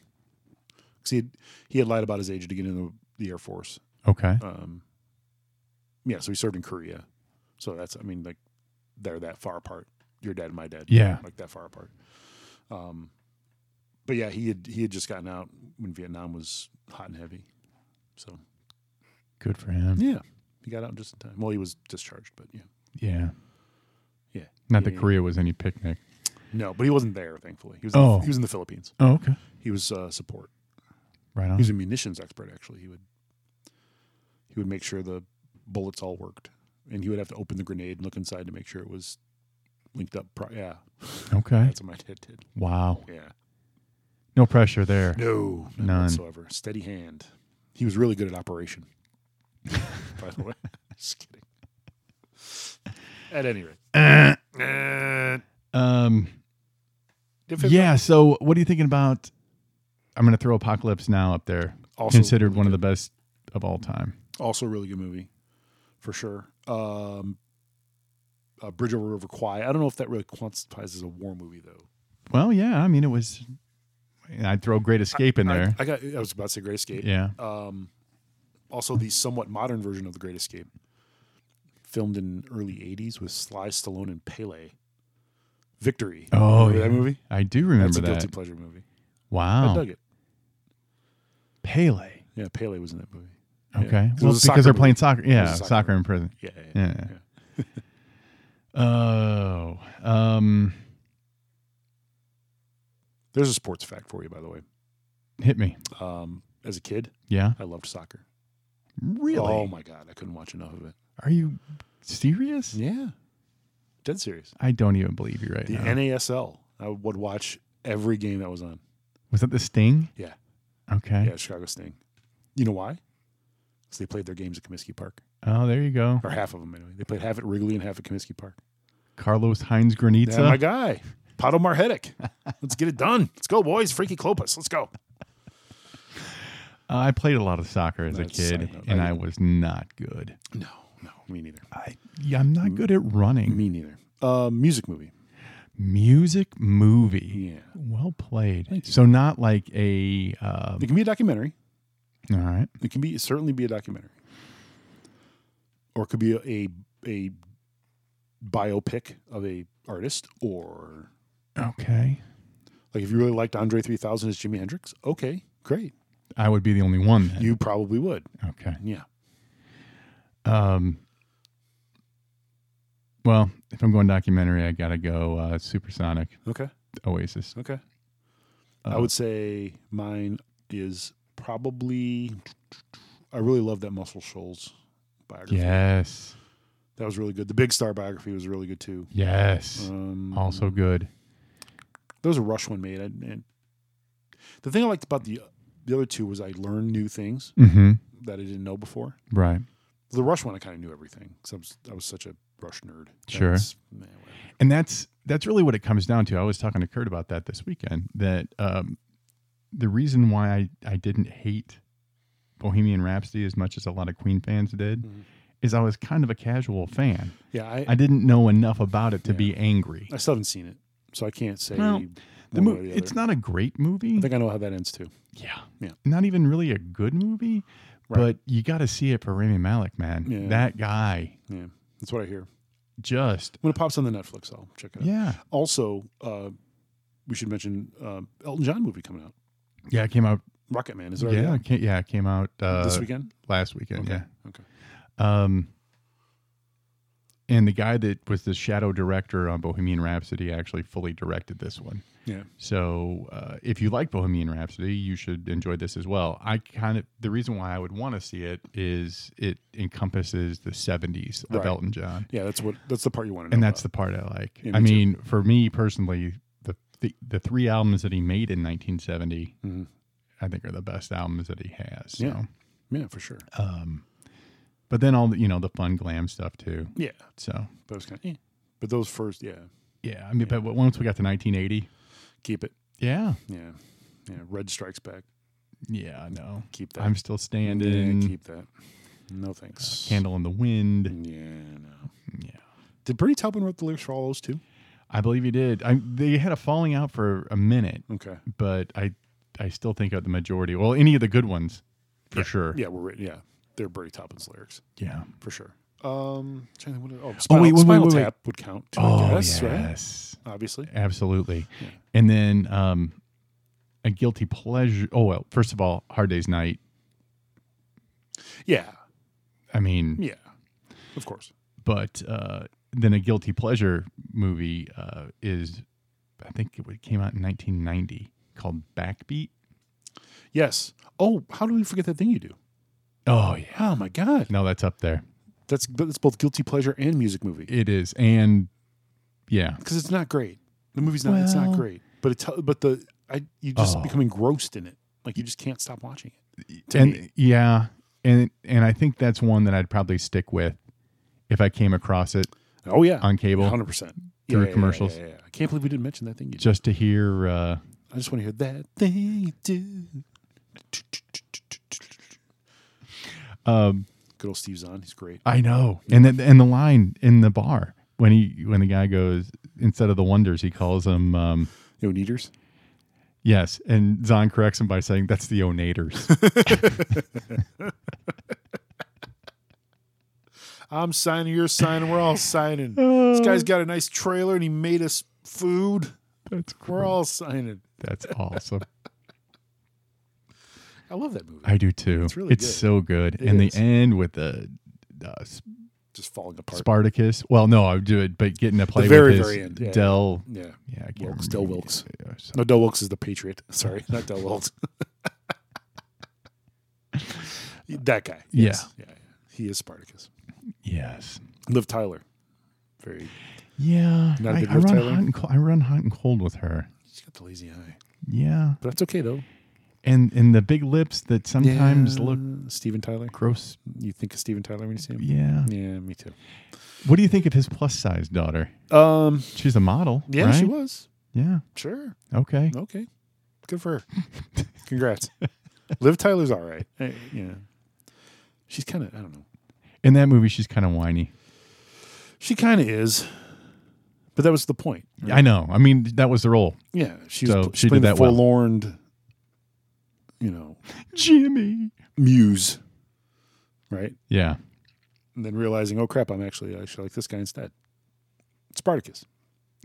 Speaker 3: 'Cause he had he had lied about his age to get into the Air Force.
Speaker 5: Okay.
Speaker 3: Um, yeah, so he served in Korea. So that's I mean like they're that far apart. Your dad and my dad.
Speaker 5: Yeah.
Speaker 3: like that far apart. Um, but yeah, he had he had just gotten out when Vietnam was hot and heavy. So
Speaker 5: Good for him.
Speaker 3: yeah, he got out just in time. Well, he was discharged, but yeah,
Speaker 5: Yeah.
Speaker 3: yeah.
Speaker 5: Not
Speaker 3: Yeah,
Speaker 5: that
Speaker 3: yeah.
Speaker 5: Korea was any picnic.
Speaker 3: No, but he wasn't there. Thankfully, he was.
Speaker 5: Oh.
Speaker 3: he was in the Philippines.
Speaker 5: Oh, okay.
Speaker 3: He was uh, support.
Speaker 5: Right
Speaker 3: He was
Speaker 5: on.
Speaker 3: a munitions expert. Actually, he would he would make sure the bullets all worked and he would have to open the grenade and look inside to make sure it was linked up. Pro- yeah,
Speaker 5: Okay.
Speaker 3: that's what my dad did.
Speaker 5: Wow.
Speaker 3: Yeah,
Speaker 5: No pressure there.
Speaker 3: no, none,
Speaker 5: None.
Speaker 3: whatsoever. Steady hand. He was really good at operation. by the way, just kidding. At any rate,
Speaker 5: Um.
Speaker 3: if it-
Speaker 5: Yeah. So, what are you thinking about? I'm going to throw Apocalypse Now up there.
Speaker 3: Also
Speaker 5: considered
Speaker 3: really
Speaker 5: one of the
Speaker 3: good.
Speaker 5: best of all time.
Speaker 3: also a really good movie for sure. Um, uh, Bridge over River Kwai. I don't know if that really quantifies as a war movie though.
Speaker 5: Well, yeah. I mean, it was. and I'd throw Great Escape in
Speaker 3: I-
Speaker 5: there.
Speaker 3: I, got. I was about to say Great Escape.
Speaker 5: yeah.
Speaker 3: Um, also, the somewhat modern version of The Great Escape, filmed in early '80s with Sly Stallone and Pele. Victory.
Speaker 5: Oh,
Speaker 3: Remember
Speaker 5: yeah.
Speaker 3: that movie.
Speaker 5: I do remember
Speaker 3: That's a
Speaker 5: that. Oh.
Speaker 3: guilty pleasure movie. I
Speaker 5: Wow.
Speaker 3: dug it.
Speaker 5: Pele.
Speaker 3: Yeah, Pele was in that movie. Yeah.
Speaker 5: Okay.
Speaker 3: 'Cause it
Speaker 5: Well,
Speaker 3: was a
Speaker 5: because
Speaker 3: soccer
Speaker 5: they're
Speaker 3: movie.
Speaker 5: playing soccer. Yeah,
Speaker 3: a
Speaker 5: soccer.
Speaker 3: soccer
Speaker 5: in prison.
Speaker 3: Yeah, yeah,
Speaker 5: Yeah. Oh. Um.
Speaker 3: There's a sports fact for you, by the way.
Speaker 5: Hit me.
Speaker 3: Um, as a kid,
Speaker 5: Yeah.
Speaker 3: I loved soccer.
Speaker 5: Really?
Speaker 3: Oh my god, I couldn't watch enough of it.
Speaker 5: Are you serious?
Speaker 3: Yeah, dead serious.
Speaker 5: I don't even believe you right
Speaker 3: The
Speaker 5: now.
Speaker 3: NASL. I would watch every game that was on.
Speaker 5: Was that the Sting?
Speaker 3: Yeah.
Speaker 5: Okay.
Speaker 3: Yeah, Chicago Sting. You know why? Because they played their games at Comiskey Park,
Speaker 5: Oh, there you go.
Speaker 3: or half of them anyway. They played half at Wrigley and half at Comiskey Park.
Speaker 5: Carlos Heinz
Speaker 3: Yeah, my
Speaker 5: Granita.
Speaker 3: guy, Pato Marhetic. Let's get it done. Let's go, boys. Freaky Clopas. Let's go.
Speaker 5: Uh, I played a lot of soccer as
Speaker 3: That's
Speaker 5: a kid,
Speaker 3: side note.
Speaker 5: and
Speaker 3: I
Speaker 5: I was not good.
Speaker 3: No, no, me neither.
Speaker 5: I, yeah, I'm not good at running.
Speaker 3: Me neither. Uh, music movie.
Speaker 5: Music movie.
Speaker 3: Yeah,
Speaker 5: Well played. So not like a. Um,
Speaker 3: it can be a documentary.
Speaker 5: all right.
Speaker 3: It can be certainly be a documentary, or it could be a a, a biopic of a artist, or
Speaker 5: Okay.
Speaker 3: like if you really liked Andre three thousand as Jimi Hendrix, okay, great,
Speaker 5: I would be the only one. Then.
Speaker 3: you probably would.
Speaker 5: okay.
Speaker 3: Yeah,
Speaker 5: Um. Well, if I'm going documentary, I gotta go uh, Supersonic
Speaker 3: okay,
Speaker 5: Oasis.
Speaker 3: okay. I
Speaker 5: Uh,
Speaker 3: would say mine is probably. I really love that Muscle Shoals biography.
Speaker 5: Yes.
Speaker 3: that was really good. The Big Star biography was really good too.
Speaker 5: Yes.
Speaker 3: Um,
Speaker 5: also good.
Speaker 3: there was a Rush one made. I, and the thing I liked about the the other two was I learned new things
Speaker 5: Mm-hmm.
Speaker 3: that I didn't know before.
Speaker 5: Right.
Speaker 3: The Rush one, I kind of knew everything because I was, I was such a Rush nerd.
Speaker 5: Sure.
Speaker 3: That's- nah, whatever.
Speaker 5: and that's that's really what it comes down to. I was talking to Kurt about that this weekend. That um, the reason why I I didn't hate Bohemian Rhapsody as much as a lot of Queen fans did
Speaker 3: Mhm.
Speaker 5: is I was kind of a casual fan.
Speaker 3: yeah, I,
Speaker 5: I didn't know enough about it to
Speaker 3: Yeah.
Speaker 5: be angry.
Speaker 3: I still haven't seen it, so I can't say
Speaker 5: Well,
Speaker 3: one
Speaker 5: The
Speaker 3: way or
Speaker 5: movie,
Speaker 3: the
Speaker 5: it's
Speaker 3: other.
Speaker 5: not a great movie.
Speaker 3: I think I know how that ends too.
Speaker 5: yeah,
Speaker 3: Yeah.
Speaker 5: Not even really a good movie,
Speaker 3: Right.
Speaker 5: but you got to see it for Rami Malik, man.
Speaker 3: Yeah.
Speaker 5: That guy
Speaker 3: Yeah, that's what I hear.
Speaker 5: just
Speaker 3: When it pops on the Netflix, I'll check it out.
Speaker 5: yeah
Speaker 3: Also, uh, we should mention uh, Elton John movie coming out.
Speaker 5: yeah. It came out
Speaker 3: Rocket Man is already
Speaker 5: yeah
Speaker 3: out
Speaker 5: it came, yeah it came out uh,
Speaker 3: this weekend.
Speaker 5: last weekend
Speaker 3: Okay.
Speaker 5: yeah.
Speaker 3: Okay.
Speaker 5: Um, and the guy that was the shadow director on Bohemian Rhapsody actually fully directed this one.
Speaker 3: Yeah.
Speaker 5: So uh, if you like Bohemian Rhapsody, you should enjoy this as well. I kind of the reason why I would want to see it is it encompasses the '70s of
Speaker 3: Right.
Speaker 5: Elton John,
Speaker 3: Yeah, that's what that's the part you want to know.
Speaker 5: and that's the
Speaker 3: about.
Speaker 5: part I like.
Speaker 3: Yeah, me
Speaker 5: I
Speaker 3: too.
Speaker 5: mean, for me personally, the, the the three albums that he made in 1970,
Speaker 3: Mhm.
Speaker 5: I think, are the best albums that he has.
Speaker 3: Yeah.
Speaker 5: Yeah.
Speaker 3: yeah for sure.
Speaker 5: So, um, but then all the, you know the fun glam stuff too.
Speaker 3: Yeah,
Speaker 5: So
Speaker 3: but it was kind of. But those first, yeah,
Speaker 5: Yeah, I mean, but once we got to 1980,
Speaker 3: keep it.
Speaker 5: yeah,
Speaker 3: Yeah, yeah. Red Strikes Back.
Speaker 5: yeah, I know.
Speaker 3: Keep that.
Speaker 5: I'm still standing. Uh,
Speaker 3: Yeah, keep Mm. that. No thanks.
Speaker 5: Candle in the wind.
Speaker 3: Yeah, no.
Speaker 5: Yeah,
Speaker 3: Did Bernie Taupin wrote the lyrics for all those too?
Speaker 5: I believe he did. I, they had a falling out for a minute,
Speaker 3: Okay.
Speaker 5: but I, I still think of the majority. Well, any of the good ones, for sure.
Speaker 3: Yeah, we're written. Yeah, they're Bernie Taupin's lyrics
Speaker 5: Yeah.
Speaker 3: for sure. Um, trying to think what- oh, Spinal,
Speaker 5: wait, wait,
Speaker 3: Spinal
Speaker 5: wait, wait,
Speaker 3: Tap would count. Too,
Speaker 5: Oh
Speaker 3: I guess, right?
Speaker 5: yes,
Speaker 3: Obviously.
Speaker 5: absolutely. And then um, a guilty pleasure. Oh well, first of all, Hard Day's Night.
Speaker 3: Yeah,
Speaker 5: I mean,
Speaker 3: yeah. Of course.
Speaker 5: but uh, then a guilty pleasure movie uh, is, I think it wa- came out in 1990 called Backbeat.
Speaker 3: Yes. Oh, how do we forget that thing you do?
Speaker 5: Oh yeah,
Speaker 3: Oh my God.
Speaker 5: no, that's up there.
Speaker 3: That's but it's both guilty pleasure and music movie
Speaker 5: It is, and yeah,
Speaker 3: because it's not great. The movie's not. it's not
Speaker 5: Well-
Speaker 3: great. But it. tell- But the I you just
Speaker 5: Oh.
Speaker 3: become engrossed in it. Like you just can't stop watching it. To
Speaker 5: and
Speaker 3: me.
Speaker 5: yeah, and and I think that's one that I'd probably stick with if I came across it
Speaker 3: Oh yeah.
Speaker 5: on cable,
Speaker 3: Hundred percent.
Speaker 5: Through commercials.
Speaker 3: Yeah, yeah, yeah. I can't believe we didn't mention that thing. You
Speaker 5: just to hear. Uh,
Speaker 3: I just want to hear that thing you do.
Speaker 5: um,
Speaker 3: Good old Steve Zahn. He's great.
Speaker 5: I know, and then and the line in the bar when he when the guy goes instead of the wonders, he calls them. Um,
Speaker 3: You know, Neaters.
Speaker 5: Yes, and Zahn corrects him by saying that's the Onators.
Speaker 3: I'm signing, you're signing, we're all signing. this guy's got a nice trailer and he made us food.
Speaker 5: that's
Speaker 3: We're all signing.
Speaker 5: That's awesome.
Speaker 3: I love that movie.
Speaker 5: I do too.
Speaker 3: It's really good.
Speaker 5: so good.
Speaker 3: It
Speaker 5: and
Speaker 3: is.
Speaker 5: the end with the uh, S-
Speaker 3: Just falling apart.
Speaker 5: Spartacus. Well, no, I would do it, but getting to play
Speaker 3: very,
Speaker 5: with his
Speaker 3: very end, yeah.
Speaker 5: Dell.
Speaker 3: yeah.
Speaker 5: Yeah, I can't
Speaker 3: Wilkes,
Speaker 5: remember.
Speaker 3: Del Wilkes.
Speaker 5: Yeah, so-
Speaker 3: No, Del Wilkes is the Patriot. Sorry, not Del Wilkes. that guy. Yes. Yeah. yeah. He is Spartacus.
Speaker 5: Yes.
Speaker 3: Liv Tyler. Very.
Speaker 5: Yeah.
Speaker 3: Not a
Speaker 5: I,
Speaker 3: big
Speaker 5: I
Speaker 3: Liv
Speaker 5: run
Speaker 3: Tyler?
Speaker 5: hot and cold. I run hot and cold with her.
Speaker 3: She's got the lazy eye.
Speaker 5: Yeah.
Speaker 3: But that's okay, though.
Speaker 5: And and the big lips that sometimes
Speaker 3: Yeah.
Speaker 5: look
Speaker 3: Steven Tyler.
Speaker 5: gross.
Speaker 3: You think of Steven Tyler when you see him?
Speaker 5: Yeah.
Speaker 3: Yeah, me too.
Speaker 5: What do you think of his plus size daughter?
Speaker 3: Um,
Speaker 5: She's a model.
Speaker 3: yeah, she
Speaker 5: right?
Speaker 3: was.
Speaker 5: Yeah.
Speaker 3: Sure.
Speaker 5: Okay.
Speaker 3: Okay. Good for her. Congrats. Liv Tyler's all right. Uh, yeah. She's kind of, I don't know.
Speaker 5: In that movie, she's kind of whiny.
Speaker 3: She kind of is. But that was the point. right?
Speaker 5: I know. I mean, that was the role.
Speaker 3: Yeah. She
Speaker 5: So
Speaker 3: was pl-
Speaker 5: she did
Speaker 3: playing the
Speaker 5: that well.
Speaker 3: forlorn, you know,
Speaker 5: Jimmy.
Speaker 3: muse. Right.
Speaker 5: Yeah.
Speaker 3: And then realizing, oh crap, I'm actually, I actually like this guy instead. Spartacus.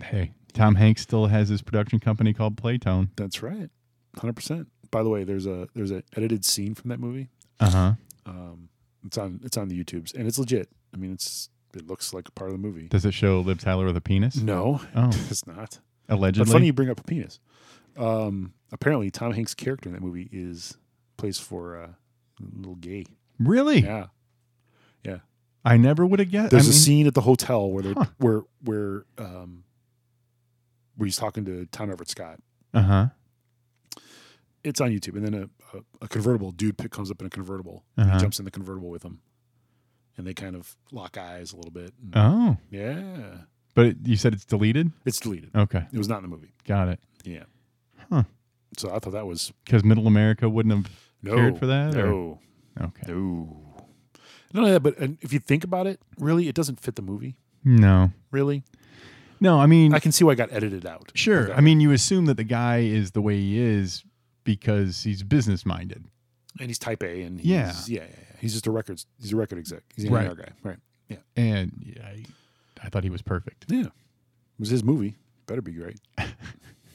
Speaker 5: Hey, Tom Hanks still has his production company called Playtone.
Speaker 3: That's right. 100%. By the way, there's a there's an edited scene from that movie.
Speaker 5: Uh huh.
Speaker 3: Um, it's on it's on the YouTubes and it's legit. I mean, it's it looks like a part of the movie.
Speaker 5: Does it show Liv Tyler with a penis?
Speaker 3: No,
Speaker 5: Oh,
Speaker 3: it's not.
Speaker 5: allegedly.
Speaker 3: But funny you bring up a penis. Um, apparently, Tom Hanks' character in that movie is plays for uh, a little gay.
Speaker 5: Really?
Speaker 3: Yeah,
Speaker 5: I never would have guessed.
Speaker 3: there's
Speaker 5: I
Speaker 3: a
Speaker 5: mean,
Speaker 3: scene at the hotel where they
Speaker 5: Huh.
Speaker 3: where where um, where he's talking to Town Everett Scott.
Speaker 5: Uh huh.
Speaker 3: It's on YouTube, and then a, a, a convertible dude pick comes up in a convertible.
Speaker 5: Uh-huh.
Speaker 3: He jumps in the convertible with him, and they kind of lock eyes a little bit. And-
Speaker 5: Oh,
Speaker 3: Yeah,
Speaker 5: but it, you said it's deleted.
Speaker 3: it's deleted.
Speaker 5: Okay,
Speaker 3: It was not in the movie.
Speaker 5: got it.
Speaker 3: Yeah.
Speaker 5: Uh. Huh.
Speaker 3: So I thought that was
Speaker 5: Because Middle America wouldn't have.
Speaker 3: no
Speaker 5: Cared for that, or-
Speaker 3: No,
Speaker 5: Okay.
Speaker 3: no. Not only that, but and if you think about it, really, it doesn't fit the movie.
Speaker 5: No.
Speaker 3: Really,
Speaker 5: No. I mean,
Speaker 3: I can see why it got edited out.
Speaker 5: sure.
Speaker 3: Okay.
Speaker 5: I mean, you assume that the guy is the way he is because he's business minded.
Speaker 3: and he's type A, and he's,
Speaker 5: Yeah.
Speaker 3: yeah, yeah, yeah. He's just a records. He's a record exec. He's an
Speaker 5: Right.
Speaker 3: NR guy. Right. Yeah. It
Speaker 5: And yeah, I, I thought he was perfect.
Speaker 3: was his movie. Better be great.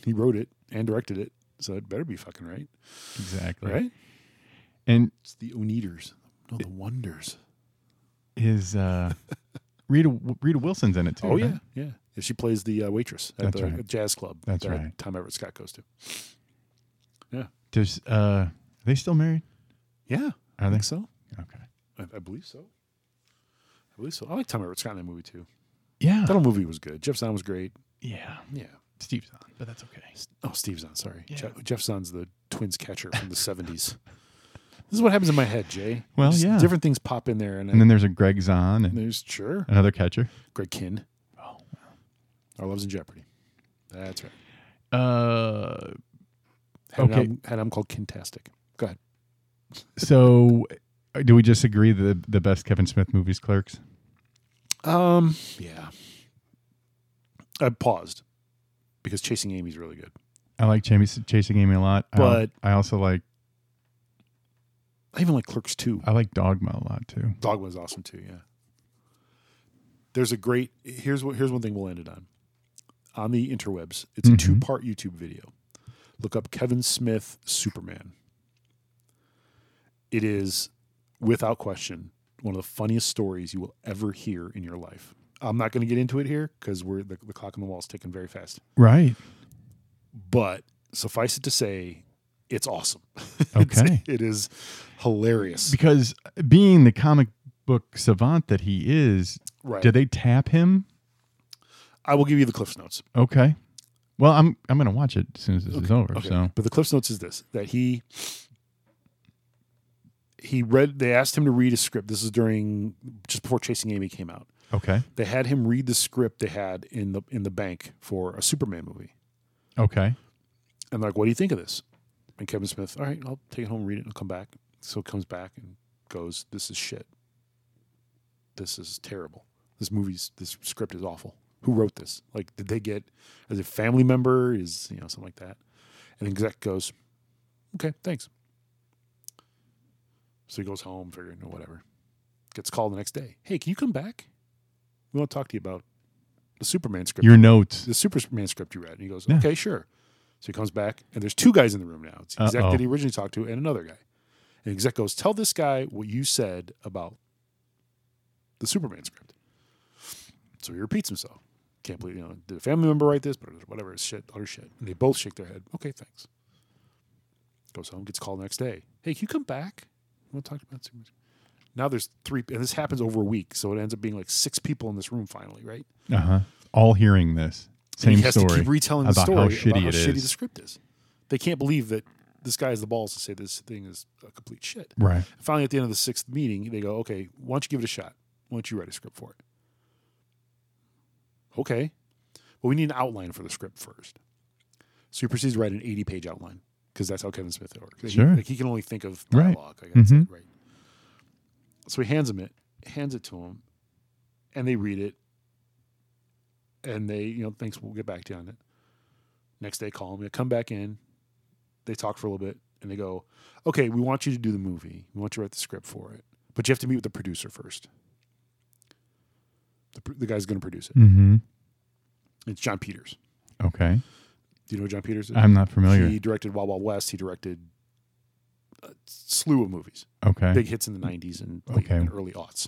Speaker 3: he wrote it and directed it, so it better be fucking right.
Speaker 5: Exactly.
Speaker 3: Right.
Speaker 5: And
Speaker 3: It's the Oneaters. No, the Wonders.
Speaker 5: his uh Rita Rita Wilson's in it too.
Speaker 3: Oh
Speaker 5: right?
Speaker 3: yeah, yeah. If she plays the uh, waitress at
Speaker 5: That's
Speaker 3: the
Speaker 5: right.
Speaker 3: jazz club
Speaker 5: That's
Speaker 3: that
Speaker 5: right.
Speaker 3: Tom Everett Scott goes to.
Speaker 5: Does uh are they still married?
Speaker 3: Yeah,
Speaker 5: Are
Speaker 3: I
Speaker 5: they?
Speaker 3: think so.
Speaker 5: Okay.
Speaker 3: I, I believe so. I believe so. I like Tom Everett Scott in that movie too.
Speaker 5: Yeah.
Speaker 3: That whole movie was good. Jeff Zahn was great.
Speaker 5: Yeah.
Speaker 3: Yeah.
Speaker 5: Steve's on, but that's okay.
Speaker 3: S- Oh, Steve Zahn. Sorry,
Speaker 5: Yeah.
Speaker 3: Jeff, Jeff Zahn's the Twins catcher from the seventies. This is what happens in my head, Jay.
Speaker 5: Well,
Speaker 3: Just
Speaker 5: yeah.
Speaker 3: Different things pop in there, and,
Speaker 5: And then there's a Greg Zahn and
Speaker 3: there's sure
Speaker 5: another catcher.
Speaker 3: Greg Kinn.
Speaker 5: Oh,
Speaker 3: Our loves in jeopardy. That's right.
Speaker 5: Uh
Speaker 3: Had an
Speaker 5: Okay.
Speaker 3: album- had an album called Kintastic. Go ahead.
Speaker 5: so uh, do we just agree that the, the best Kevin Smith movies clerks?
Speaker 3: Um. Yeah. I paused because Chasing Amy's really good.
Speaker 5: I like Chasing, Chasing Amy a lot. I al-
Speaker 3: But-
Speaker 5: I, also like
Speaker 3: I even like Clerks too.
Speaker 5: I like Dogma a lot too.
Speaker 3: Dogma is awesome too. Yeah. There's a great. Here's what. Here's one thing we'll end it on. On the interwebs, it's a
Speaker 5: Mhm.
Speaker 3: two-part YouTube video. Look up Kevin Smith Superman. It is, without question, one of the funniest stories you will ever hear in your life. I'm not going to get into it here because we're the, the clock on the wall is ticking very fast.
Speaker 5: Right.
Speaker 3: But suffice it to say, it's awesome. It's-
Speaker 5: Okay.
Speaker 3: it is hilarious.
Speaker 5: because being the comic book savant that he is,
Speaker 3: Right.
Speaker 5: do they tap him?
Speaker 3: I will give you the Cliff's Notes.
Speaker 5: Okay. Well, I'm I'm gonna watch it as soon as this is over.
Speaker 3: Okay.
Speaker 5: So
Speaker 3: But the Cliff's Notes is this that he he read they asked him to read a script. This is during just before Chasing Amy came out.
Speaker 5: okay,
Speaker 3: They had him read the script they had in the in the bank for a Superman movie.
Speaker 5: okay,
Speaker 3: And they're like, what do you think of this? And Kevin Smith, all right, I'll take it home, read it, and I'll come back. So comes back and goes, This is shit. This is terrible. This movie's this script is awful. Who wrote this? Like, did they get as a family member? Is you know, something like that. And the exec goes, Okay, thanks. So he goes home, figuring, oh, whatever. Gets called the next day. Hey, can you come back? We want to talk to you about the Superman script
Speaker 5: your notes.
Speaker 3: the Superman script you read. And he goes,
Speaker 5: Yeah.
Speaker 3: okay, sure. So he comes back, and there's two guys in the room now. It's the exec
Speaker 5: Uh-oh.
Speaker 3: that he originally talked to and another guy. And the exec goes, tell this guy what you said about the Superman script. So he repeats himself. Can't believe, you know, did a family member write this? But whatever, it's shit, utter shit. And they both shake their head. Okay, thanks. Goes home, gets called the next day. Hey, can you come back? We'll talk about Superman. Now there's three, and this happens over a week. So it ends up being like six people in this room finally, right?
Speaker 5: Uh huh. All hearing this
Speaker 3: And
Speaker 5: same
Speaker 3: he has
Speaker 5: story.
Speaker 3: to keep retelling the
Speaker 5: about
Speaker 3: story
Speaker 5: how
Speaker 3: about
Speaker 5: shitty
Speaker 3: how
Speaker 5: it
Speaker 3: shitty
Speaker 5: is.
Speaker 3: the script is. They can't believe that this guy has the balls to say this thing is a complete shit.
Speaker 5: right.
Speaker 3: Finally, at the end of the sixth meeting, they go, "Okay, why don't you give it a shot? Why don't you write a script for it?" Okay, but we need an outline for the script first. So he proceeds to write an eighty-page outline because that's how Kevin Smith works.
Speaker 5: Sure.
Speaker 3: He, like he can only think of
Speaker 5: Right.
Speaker 3: dialogue. I guess,
Speaker 5: Mhm.
Speaker 3: right. So he hands him it, hands it to him, and they read it, and they, you know, thinks we'll get back to you on it. Next day, call him. They come back in. They talk for a little bit, and they go, "Okay, we want you to do the movie. We want you to write the script for it, but you have to meet with the producer first. The, pr- the guy's going to produce it.
Speaker 5: Mm-hmm.
Speaker 3: It's John Peters.
Speaker 5: Okay.
Speaker 3: Do you know who John Peters? Is?
Speaker 5: I'm not familiar.
Speaker 3: He directed Wild Wild West. He directed a slew of movies,
Speaker 5: okay.
Speaker 3: big hits in the '90s and, late-
Speaker 5: Okay.
Speaker 3: and early aughts.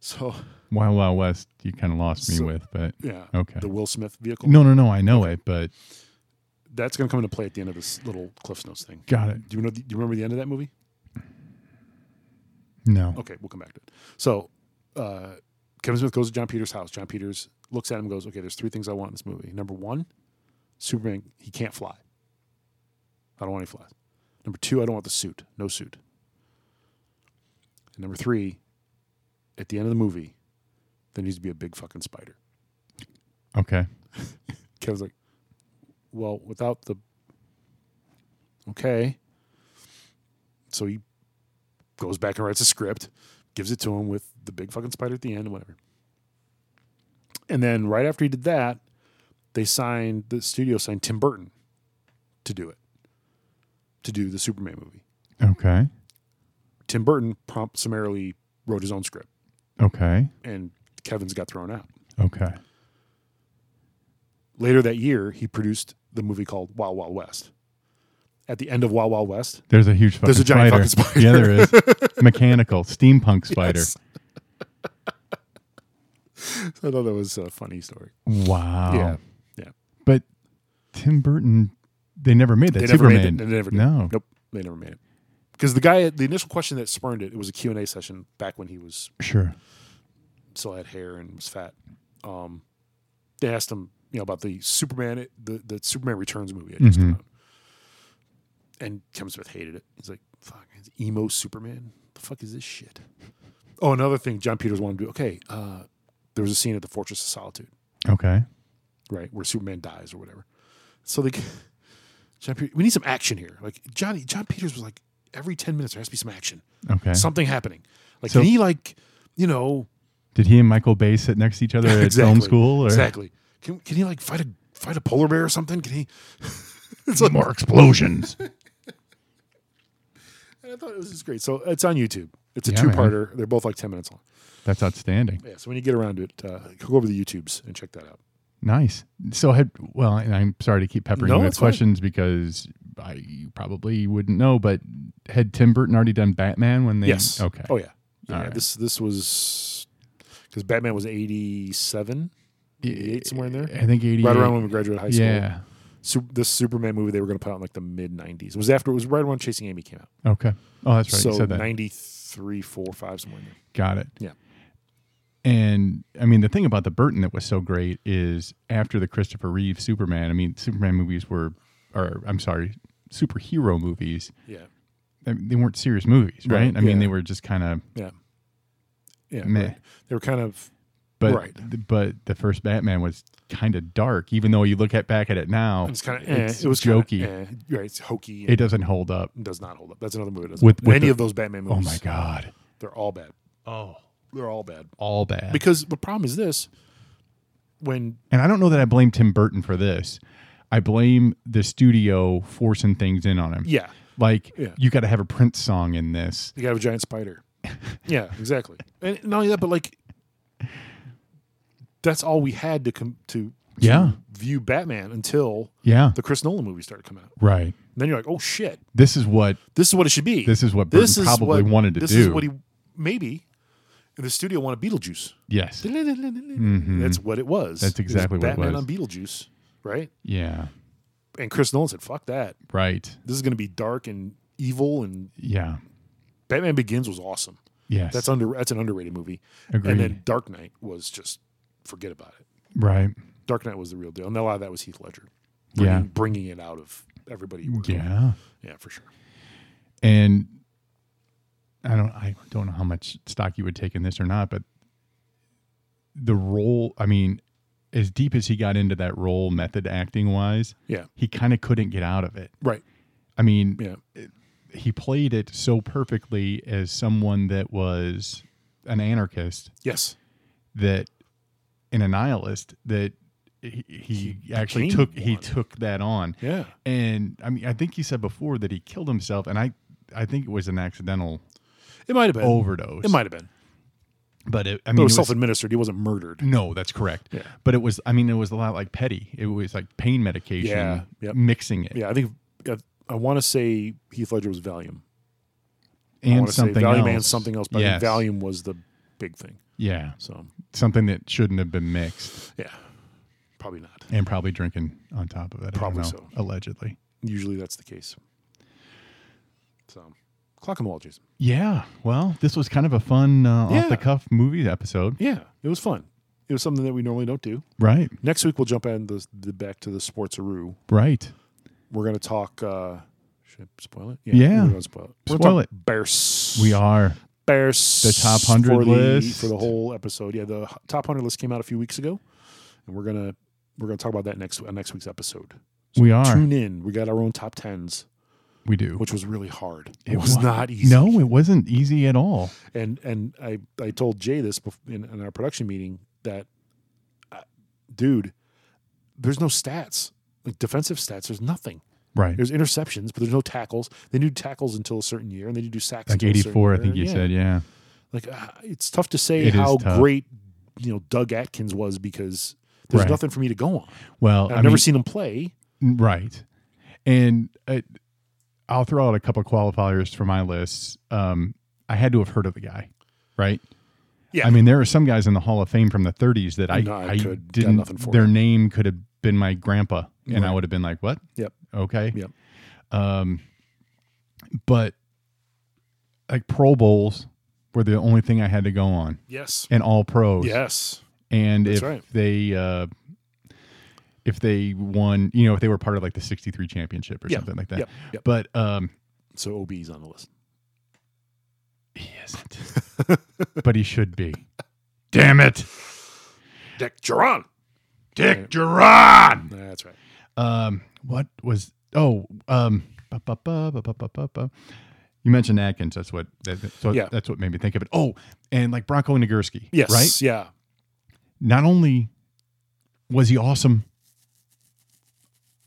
Speaker 3: So
Speaker 5: Wild Wild West, you kind of lost me
Speaker 3: So-
Speaker 5: with, but
Speaker 3: yeah,
Speaker 5: okay.
Speaker 3: the Will Smith vehicle.
Speaker 5: No, no, no. I know it, but
Speaker 3: that's going to come into play at the end of this little Cliff's Notes thing.
Speaker 5: got it.
Speaker 3: Do you know? Do you remember the end of that movie?
Speaker 5: No.
Speaker 3: Okay, we'll come back to it. So uh, Kevin Smith goes to John Peters' house. John Peters looks at him and goes, Okay, there's three things I want in this movie. Number one, Superman, he can't fly. I don't want any flies. Number two, I don't want the suit. No suit. And number three, at the end of the movie, there needs to be a big fucking spider. Oh.
Speaker 5: Okay.
Speaker 3: Kevin's like, well, without the. Okay. So he goes back and writes a script, gives it to him with the big fucking spider at the end and whatever. And then right after he did that, they signed, the studio signed Tim Burton to do it, to do the Superman movie.
Speaker 5: Okay.
Speaker 3: Tim Burton prompt summarily wrote his own script,
Speaker 5: Okay.
Speaker 3: and Kevin's got thrown out.
Speaker 5: Okay.
Speaker 3: Later that year, he produced the movie called Wild Wild West. At the end of Wild Wild West,
Speaker 5: There's a huge fucking
Speaker 3: There's a giant
Speaker 5: spider.
Speaker 3: fucking spider.
Speaker 5: Yeah, there is. Mechanical steampunk spider.
Speaker 3: Yes. I thought that was a funny story.
Speaker 5: Wow.
Speaker 3: Yeah, yeah.
Speaker 5: But Tim Burton, they never made that
Speaker 3: they never
Speaker 5: Superman.
Speaker 3: made it. They never did.
Speaker 5: No.
Speaker 3: Nope. They never made it. Because the guy, the initial question that spurned it, it was a Q&A session back when he was
Speaker 5: Sure.
Speaker 3: still had hair and was fat. Um, they asked him, you know, about the Superman, the, the Superman Returns movie. I just
Speaker 5: Mhm.
Speaker 3: come out. And Kevin Smith hated it. He's like, fuck, it's emo Superman? The fuck is this shit? Oh, another thing John Peters wanted to do. Okay, uh, there was a scene at the Fortress of Solitude.
Speaker 5: Okay.
Speaker 3: right? Where Superman dies or whatever. So like, John Peter, we need some action here. Like Johnny John Peters was like, every ten minutes there has to be some action,
Speaker 5: Okay.
Speaker 3: something happening. Like
Speaker 5: So-
Speaker 3: can he like, you know,
Speaker 5: Did he and Michael Bay sit next to each other at film school? Or?
Speaker 3: exactly. Can can he like fight a fight a polar bear or something? Can he? it's like,
Speaker 5: More explosions.
Speaker 3: and I thought it was just great. So it's on YouTube. It's a
Speaker 5: Yeah,
Speaker 3: two
Speaker 5: man.
Speaker 3: parter. They're both like ten minutes long.
Speaker 5: That's outstanding.
Speaker 3: Yeah. So when you get around to it, uh, go over to the YouTubes and check that out.
Speaker 5: Nice. So had well, and I'm sorry to keep peppering
Speaker 3: No,
Speaker 5: you with
Speaker 3: it's fine.
Speaker 5: questions because I you probably wouldn't know, but had Tim Burton already done Batman when they?
Speaker 3: yes.
Speaker 5: Okay.
Speaker 3: Oh yeah. Yeah.
Speaker 5: All right.
Speaker 3: This this was because Batman was eighty seven. 88, somewhere in there.
Speaker 5: I think 88.
Speaker 3: Right around when we graduated high school.
Speaker 5: Yeah.
Speaker 3: Su- this Superman movie they were going to put out in like the mid '90s. It was after it was right around Chasing Amy came out.
Speaker 5: Okay. Oh, that's right.
Speaker 3: so
Speaker 5: you said that.
Speaker 3: '93 three, four, five, somewhere in there.
Speaker 5: Got it.
Speaker 3: Yeah.
Speaker 5: And I mean, the thing about the Burton that was so great is after the Christopher Reeve Superman, I mean, Superman movies were, or I'm sorry, superhero movies.
Speaker 3: Yeah.
Speaker 5: I mean, they weren't serious movies, right?
Speaker 3: Right,
Speaker 5: I mean,
Speaker 3: yeah.
Speaker 5: they were just kind of,
Speaker 3: Yeah. Yeah.
Speaker 5: Meh.
Speaker 3: right. They were kind of
Speaker 5: but
Speaker 3: Right.
Speaker 5: th- but the first Batman was kind of dark, even though you look at back at it now,
Speaker 3: it's kind of eh,
Speaker 5: it's
Speaker 3: it was kinda,
Speaker 5: jokey.
Speaker 3: eh, right, it's hokey.
Speaker 5: it
Speaker 3: It
Speaker 5: doesn't hold up.
Speaker 3: does not hold up. That's another movie. That doesn't
Speaker 5: With-
Speaker 3: hold up.
Speaker 5: with
Speaker 3: any
Speaker 5: the-
Speaker 3: of those Batman
Speaker 5: Oh
Speaker 3: movies.
Speaker 5: my god,
Speaker 3: They're all bad.
Speaker 5: Oh.
Speaker 3: they're all bad.
Speaker 5: all bad.
Speaker 3: Because the problem is this: when
Speaker 5: and I don't know that I blame Tim Burton for this. I blame the studio forcing things in on him.
Speaker 3: yeah,
Speaker 5: Like
Speaker 3: Yeah.
Speaker 5: you got to have a Prince song in this.
Speaker 3: you have a giant spider. yeah, exactly. And not only that, but like that's all we had to com- to to
Speaker 5: Yeah.
Speaker 3: view Batman until
Speaker 5: Yeah.
Speaker 3: the Chris Nolan movies started coming out.
Speaker 5: Right.
Speaker 3: And then you're like, oh shit,
Speaker 5: This is what
Speaker 3: this is what it should be.
Speaker 5: This is what Burton probably wanted to
Speaker 3: this
Speaker 5: do.
Speaker 3: is what he maybe in the studio wanted Beetlejuice.
Speaker 5: yes.
Speaker 3: That's what it was.
Speaker 5: Mm-hmm. That's
Speaker 3: It was
Speaker 5: exactly what it
Speaker 3: Batman
Speaker 5: was.
Speaker 3: on Beetlejuice, right?
Speaker 5: Yeah.
Speaker 3: And Chris Nolan said, "Fuck that.
Speaker 5: Right.
Speaker 3: This is going to be dark and evil." And
Speaker 5: Yeah.
Speaker 3: Batman Begins was awesome.
Speaker 5: Yes.
Speaker 3: That's under that's an underrated movie.
Speaker 5: Agreed.
Speaker 3: And then Dark Knight was just forget about it.
Speaker 5: right.
Speaker 3: Dark Knight was the real deal, and a lot of that was Heath Ledger, bringing,
Speaker 5: Yeah.
Speaker 3: bringing it out of everybody.
Speaker 5: Yeah.
Speaker 3: yeah, for sure.
Speaker 5: And I don't I don't know how much stock you would take in this or not, but the role, I mean, as deep as he got into that role method acting wise,
Speaker 3: Yeah,
Speaker 5: he kind of couldn't get out of it.
Speaker 3: right.
Speaker 5: I mean,
Speaker 3: Yeah,
Speaker 5: he played it so perfectly as someone that was an anarchist
Speaker 3: yes,
Speaker 5: that and a nihilist that he, he,
Speaker 3: He
Speaker 5: actually
Speaker 3: became
Speaker 5: took he
Speaker 3: one.
Speaker 5: took that on
Speaker 3: yeah,
Speaker 5: and i mean i think you said before that he killed himself and i i think it was an accidental
Speaker 3: it might have been.
Speaker 5: overdose
Speaker 3: It might have been.
Speaker 5: but it, i
Speaker 3: But
Speaker 5: mean it
Speaker 3: it was
Speaker 5: Oh. was- Mm.
Speaker 3: self-administered. He wasn't murdered.
Speaker 5: no that's correct
Speaker 3: Yeah.
Speaker 5: but it was i mean it was a lot like petty it was like pain medication
Speaker 3: Yeah, yep.
Speaker 5: mixing it
Speaker 3: Yeah, I think I, I want to say Heath Ledger was Valium I
Speaker 5: and
Speaker 3: wanna say
Speaker 5: something
Speaker 3: Valium
Speaker 5: else
Speaker 3: and something else. But
Speaker 5: yes.
Speaker 3: I think Valium was the big thing.
Speaker 5: yeah
Speaker 3: So
Speaker 5: something that shouldn't have been mixed
Speaker 3: yeah, probably not.
Speaker 5: and probably drinking on top of it I don't
Speaker 3: Probably
Speaker 5: know,
Speaker 3: so.
Speaker 5: allegedly
Speaker 3: Usually that's the case. So clock on the wall, Jason.
Speaker 5: Yeah. Well, this was kind of a fun uh,
Speaker 3: Yeah.
Speaker 5: off the cuff movie episode.
Speaker 3: Yeah, it was fun. It was something that we normally don't do.
Speaker 5: Right.
Speaker 3: Next week we'll jump in the, the back to the sportsaroo.
Speaker 5: Right.
Speaker 3: We're gonna talk. uh Should I spoil it?
Speaker 5: Yeah.
Speaker 3: we're gonna spoil it. We're gonna
Speaker 5: Spoil
Speaker 3: talk
Speaker 5: it.
Speaker 3: Bears.
Speaker 5: We are.
Speaker 3: Bears.
Speaker 5: The top 100
Speaker 3: for the,
Speaker 5: list.
Speaker 3: for the whole episode. Yeah, the h- top hundred list came out a few weeks ago, and we're gonna we're gonna talk about that next on next week's episode.
Speaker 5: We are.
Speaker 3: Tune in. We got our own top tens,
Speaker 5: We do.
Speaker 3: which was really hard. It was not easy.
Speaker 5: No, it wasn't easy at all.
Speaker 3: and and I I told Jay this bef- in, in our production meeting that, uh, dude, there's no stats like defensive stats. There's nothing.
Speaker 5: Right.
Speaker 3: There's interceptions, but there's no tackles. They do tackles until a certain year, and they do sacks
Speaker 5: Like
Speaker 3: until a certain
Speaker 5: 84, I think
Speaker 3: year.
Speaker 5: you said. Yeah.
Speaker 3: Like uh, it's tough to say
Speaker 5: It is
Speaker 3: how
Speaker 5: tough.
Speaker 3: great you know Doug Atkins was because there's
Speaker 5: Right.
Speaker 3: nothing for me to go on.
Speaker 5: Well,
Speaker 3: And
Speaker 5: I
Speaker 3: I've never
Speaker 5: mean,
Speaker 3: seen him play.
Speaker 5: Right. And uh, I'll throw out a couple qualifiers for my list. Um, I had to have heard of the guy. Right.
Speaker 3: Yeah.
Speaker 5: I mean, there are some guys in the Hall of Fame from the 30s that I,
Speaker 3: No, I
Speaker 5: I
Speaker 3: could- got
Speaker 5: didn't.
Speaker 3: nothing for
Speaker 5: their
Speaker 3: you.
Speaker 5: name could have been my grandpa, and I
Speaker 3: Right.
Speaker 5: would have been like, "What?
Speaker 3: Yep.
Speaker 5: okay,
Speaker 3: Yep.
Speaker 5: Um, but like Pro Bowls were the only thing I had to go on,
Speaker 3: Yes.
Speaker 5: and All Pros.
Speaker 3: Yes.
Speaker 5: and
Speaker 3: That's
Speaker 5: if
Speaker 3: right.
Speaker 5: they uh, if they won, you know, if they were part of like the '63 championship or
Speaker 3: Yeah.
Speaker 5: something like that.
Speaker 3: Yep. Yep.
Speaker 5: But um,
Speaker 3: So OB's on the list.
Speaker 5: he isn't, but he should be. Damn it,
Speaker 3: Dick Duran.
Speaker 5: Dick Duran.
Speaker 3: That's right.
Speaker 5: Um, what was? Oh, um, ba, ba, ba, ba, ba, ba, ba, ba. you mentioned Atkins. That's what. That, that- so
Speaker 3: Yeah.
Speaker 5: that's what made me think of it. Oh, and like Bronco Nagurski.
Speaker 3: Yes.
Speaker 5: Right.
Speaker 3: Yeah.
Speaker 5: Not only was he awesome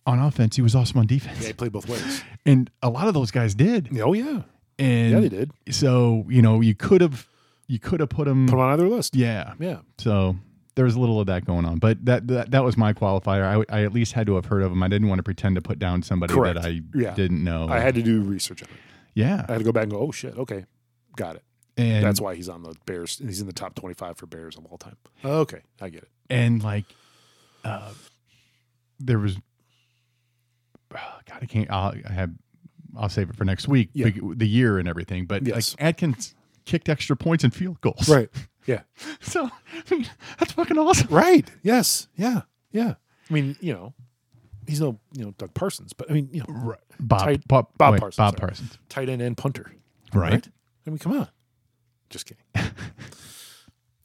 Speaker 5: on offense, he was awesome on
Speaker 3: Yeah.
Speaker 5: defense,
Speaker 3: He played both ways.
Speaker 5: and a lot of those guys did.
Speaker 3: Oh yeah.
Speaker 5: And
Speaker 3: Yeah, they did.
Speaker 5: so you know you could have you could have put him.
Speaker 3: Put him on either list.
Speaker 5: yeah.
Speaker 3: Yeah.
Speaker 5: So. There was a little of that going on, but that that, that was my qualifier. I, w- I at least had to have heard of him. I didn't want to pretend to put down somebody
Speaker 3: Correct.
Speaker 5: that I
Speaker 3: Yeah.
Speaker 5: didn't know.
Speaker 3: I had to do research on it.
Speaker 5: Yeah,
Speaker 3: I had to go back and go, oh shit, okay, got it.
Speaker 5: and
Speaker 3: That's why he's on the Bears. He's in the top twenty-five for Bears of all time. Okay, I get it.
Speaker 5: and like, uh, there was. oh, God, I can't. I'll, I have. I'll save it for next week.
Speaker 3: Yeah.
Speaker 5: The, the year and everything, but
Speaker 3: Yes.
Speaker 5: like Atkins kicked extra points and field goals.
Speaker 3: Right. Yeah.
Speaker 5: So I mean, that's fucking awesome.
Speaker 3: Right. Yes. Yeah. Yeah. I mean, you know, he's no, you know, Doug Parsons, but I mean, you know,
Speaker 5: Right. Bob,
Speaker 3: Tight-
Speaker 5: Bob,
Speaker 3: Bob
Speaker 5: wait,
Speaker 3: Parsons,
Speaker 5: Bob
Speaker 3: sorry.
Speaker 5: Parsons.
Speaker 3: tight end and punter.
Speaker 5: Right.
Speaker 3: I mean, come on. Just kidding.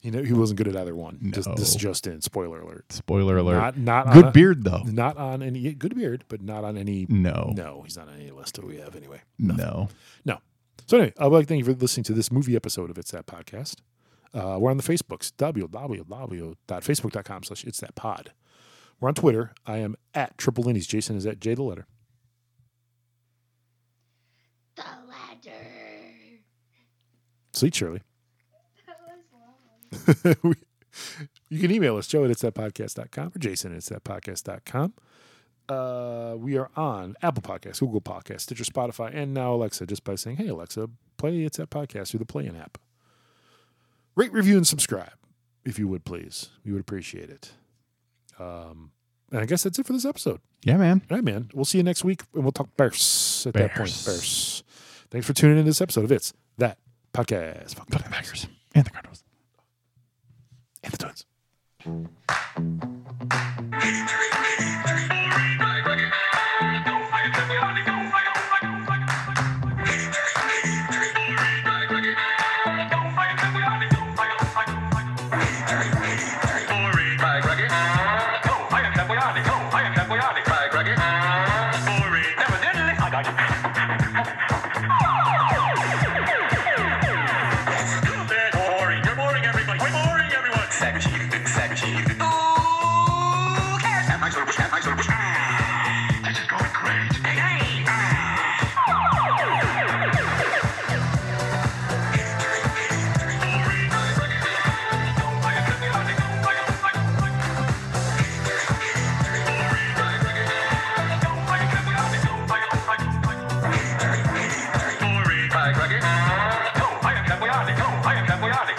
Speaker 3: you know, he wasn't good at either one. Just, this is
Speaker 5: No.
Speaker 3: just in. Spoiler alert.
Speaker 5: Spoiler alert.
Speaker 3: Not not on
Speaker 5: Good
Speaker 3: a-
Speaker 5: beard though.
Speaker 3: Not on any good beard, but not on any.
Speaker 5: No.
Speaker 3: No, he's not on any list that we have anyway.
Speaker 5: No.
Speaker 3: No. So anyway, I'd like to thank you for listening to this movie episode of It's That Podcast. Uh, we're on the Facebooks, www.facebook.com slash It's That Pod. We're on Twitter. I am at Triple Lindy's. Jason is at J the letter.
Speaker 4: The ladder.
Speaker 3: Sleep, Shirley.
Speaker 4: That was long.
Speaker 3: We- you can email us, joe at it's that podcast.com or jason at it's that podcast.com. Uh, we are on Apple Podcasts, Google Podcasts, Stitcher, Spotify, and now Alexa just by saying, hey, Alexa, play It's That Podcast through the Play-In app. Rate, review, and subscribe if you would, please. We would appreciate it. Um, and I guess that's it for this episode.
Speaker 5: Yeah, man.
Speaker 3: All right, man. We'll see you next week, and we'll talk Bears at that point.
Speaker 5: Bears.
Speaker 3: Bears. Thanks for tuning in to this episode of It's That Podcast. Fuck the
Speaker 5: Fucking
Speaker 3: Packers
Speaker 5: Packers. And the Cardinals.
Speaker 3: and the Twins.
Speaker 6: This is going great. Hey, hey! Go, I am Capoyani. Go, I am Capoyani.